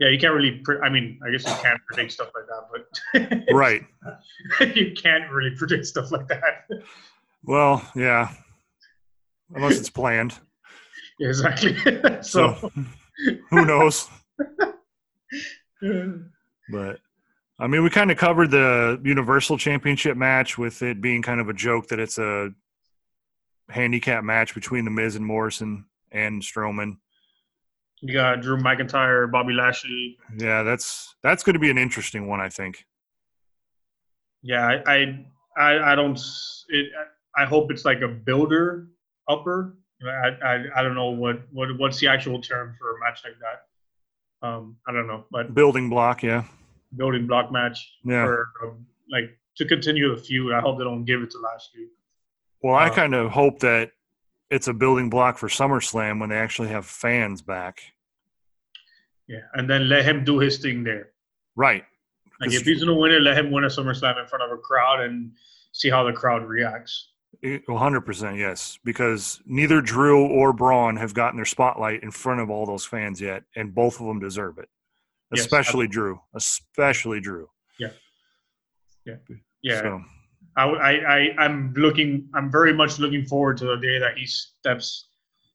[SPEAKER 4] Yeah, you can't really. Pre- I mean, I guess you can't predict stuff like that, but *laughs*
[SPEAKER 3] right.
[SPEAKER 4] you can't really predict stuff like that. *laughs*
[SPEAKER 3] Well, yeah. Unless it's planned.
[SPEAKER 4] Yeah, exactly. *laughs* so,
[SPEAKER 3] So
[SPEAKER 4] *laughs*
[SPEAKER 3] who knows? But I mean, we kind of covered the Universal Championship match with it being kind of a joke that it's a handicap match between The Miz and Morrison and Strowman.
[SPEAKER 4] you got Drew McIntyre, Bobby Lashley.
[SPEAKER 3] Yeah, that's that's going to be an interesting one, I think.
[SPEAKER 4] Yeah, I, I, I, I don't. s- It, I hope it's like a builder upper. I, I, I don't know what, what, what's the actual term for a match like that. Um, I don't know, but
[SPEAKER 3] Building block, yeah,
[SPEAKER 4] building block match
[SPEAKER 3] yeah.
[SPEAKER 4] for um, like to continue the feud. I hope they don't give it to Lashley.
[SPEAKER 3] Well, I
[SPEAKER 4] Uh,
[SPEAKER 3] kind of hope that it's a building block for SummerSlam when they actually have fans back.
[SPEAKER 4] Yeah, and then let him do his thing there.
[SPEAKER 3] Right.
[SPEAKER 4] Like
[SPEAKER 3] Because-
[SPEAKER 4] if he's gonna win it, let him win a SummerSlam in front of a crowd and see how the crowd reacts.
[SPEAKER 3] One E, hundred percent, yes. Because neither Drew or Braun have gotten their spotlight in front of all those fans yet, and both of them deserve it.
[SPEAKER 4] Yes,
[SPEAKER 3] Especially Drew. Especially Drew.
[SPEAKER 4] Yeah,
[SPEAKER 3] So,
[SPEAKER 4] I, I, I, I'm looking. I'm very much looking forward to the day that he steps,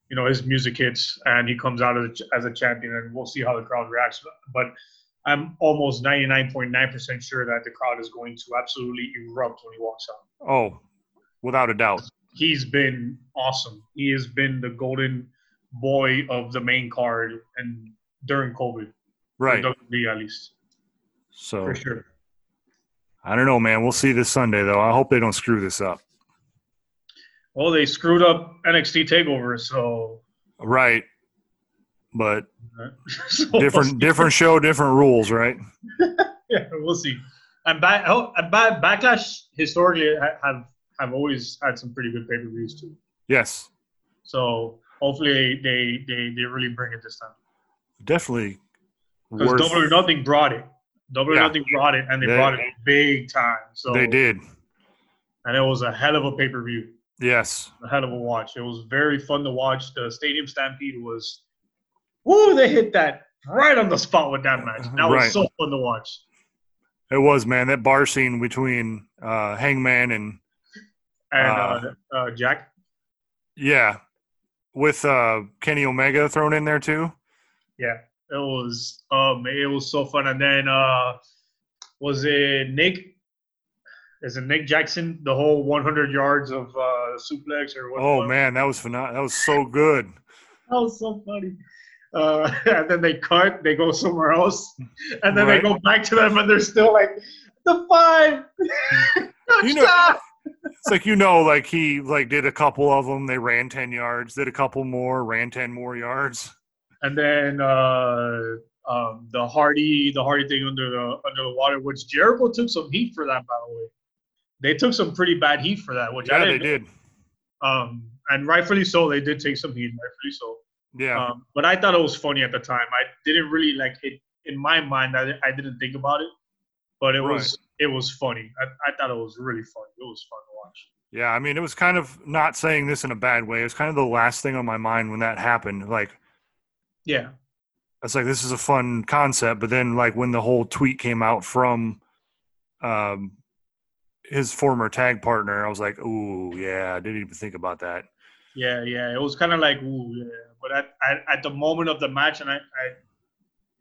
[SPEAKER 4] you know, his music hits and he comes out as a, ch- as a champion, and we'll see how the crowd reacts. But I'm almost 99.9% sure that the crowd is going to absolutely erupt when he walks out.
[SPEAKER 3] oh, without a doubt.
[SPEAKER 4] he's been awesome. He has been the golden boy of the main card and during COVID,
[SPEAKER 3] Right.
[SPEAKER 4] for WWE at least
[SPEAKER 3] So
[SPEAKER 4] for sure.
[SPEAKER 3] I don't know, man. We'll see this Sunday though. I hope they don't screw this up.
[SPEAKER 4] Well, they screwed up NXT Takeover, so, *laughs*
[SPEAKER 3] Right. But
[SPEAKER 4] so
[SPEAKER 3] different different show, different rules, right?
[SPEAKER 4] *laughs* yeah, we'll see. And back, oh, and back, backlash historically ha- have have always had some pretty good pay per views too.
[SPEAKER 3] Yes.
[SPEAKER 4] So hopefully they they they really bring it this time
[SPEAKER 3] Definitely
[SPEAKER 4] because
[SPEAKER 3] worth
[SPEAKER 4] Double or Nothing brought it. Double
[SPEAKER 3] Yeah.
[SPEAKER 4] or Nothing brought it, and they,
[SPEAKER 3] They-
[SPEAKER 4] brought it big time. So
[SPEAKER 3] they did.
[SPEAKER 4] and it was a hell of a pay per view.
[SPEAKER 3] Yes.
[SPEAKER 4] a hell of a watch. It was very fun to watch. The Stadium Stampede was, woo, they hit that right on the spot with that match. That
[SPEAKER 3] Right.
[SPEAKER 4] was so fun to watch.
[SPEAKER 3] It was, man. That bar scene between uh Hangman and
[SPEAKER 4] And
[SPEAKER 3] Uh,
[SPEAKER 4] uh, uh, Jack,
[SPEAKER 3] Yeah. With uh Kenny Omega thrown in there too.
[SPEAKER 4] it was um, it was so fun. And then uh, was it Nick? Is it Nick Jackson? The whole 100 yards of uh, suplex or what?
[SPEAKER 3] Oh man, that was phenomenal. That was so good.
[SPEAKER 4] that was so funny. Uh, *laughs* and then they cut, they go somewhere else, and then
[SPEAKER 3] Right.
[SPEAKER 4] they go back to them, and they're still like the five.
[SPEAKER 3] *laughs* You know- It's like you know, like he like did a couple of them. They ran ten yards. Did a couple more. Ran ten more yards.
[SPEAKER 4] and then uh, um, the Hardy, the Hardy thing under the under the water, which Jericho took some heat for that. By the way, they took some pretty bad heat for that, which
[SPEAKER 3] Yeah,
[SPEAKER 4] I
[SPEAKER 3] they
[SPEAKER 4] didn't.
[SPEAKER 3] did.
[SPEAKER 4] Um, and rightfully so, they did take some heat, rightfully so.
[SPEAKER 3] Yeah,
[SPEAKER 4] Um, but I thought it was funny at the time. I didn't really like it in my mind. I, I didn't think about it, but it was it was funny. I, I thought it was really funny. It was fun to watch.
[SPEAKER 3] yeah. I mean, it was kind of not saying this in a bad way. It was kind of the last thing on my mind when that happened. Like
[SPEAKER 4] Yeah,
[SPEAKER 3] it's like this is a fun concept, but then like when the whole tweet came out from um his former tag partner, I was like, ooh, yeah. I didn't even think about that.
[SPEAKER 4] Yeah, yeah. It was kind of like, ooh, yeah. But at, at, at the moment of the match, and I, I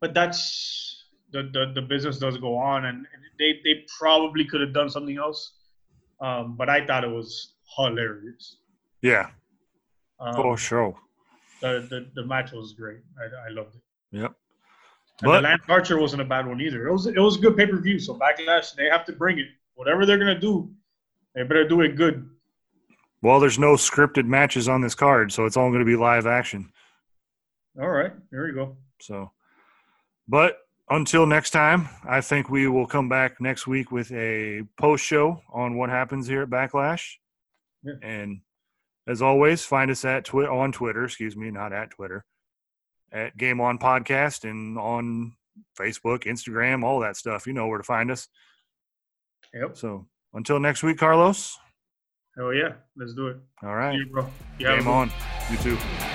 [SPEAKER 4] but that's the, the the business does go on, and, and they they probably could have done something else. Um, but I thought it was hilarious.
[SPEAKER 3] Yeah.
[SPEAKER 4] Um,
[SPEAKER 3] Oh, sure.
[SPEAKER 4] the, the the match was great. I, I loved it.
[SPEAKER 3] Yep.
[SPEAKER 4] And
[SPEAKER 3] But-
[SPEAKER 4] the Lance Archer wasn't a bad one either. It was it was a good pay per view. So backlash, they have to bring it. Whatever they're gonna do, they better do it good.
[SPEAKER 3] Well, there's no scripted matches on this card, so it's all going to be live action.
[SPEAKER 4] All right, there we go.
[SPEAKER 3] So, but until next time, I think we will come back next week with a post show on what happens here at Backlash.
[SPEAKER 4] Yeah.
[SPEAKER 3] And as always, find us at twi- on Twitter, excuse me, not at Twitter, at Game On Podcast and on Facebook, Instagram, all that stuff. You know where to find us.
[SPEAKER 4] Yep.
[SPEAKER 3] So, until next week, Carlos.
[SPEAKER 4] Hell yeah, let's do it.
[SPEAKER 3] All right.
[SPEAKER 4] Yeah, bro. You have a
[SPEAKER 3] Game
[SPEAKER 4] good
[SPEAKER 3] on. You too.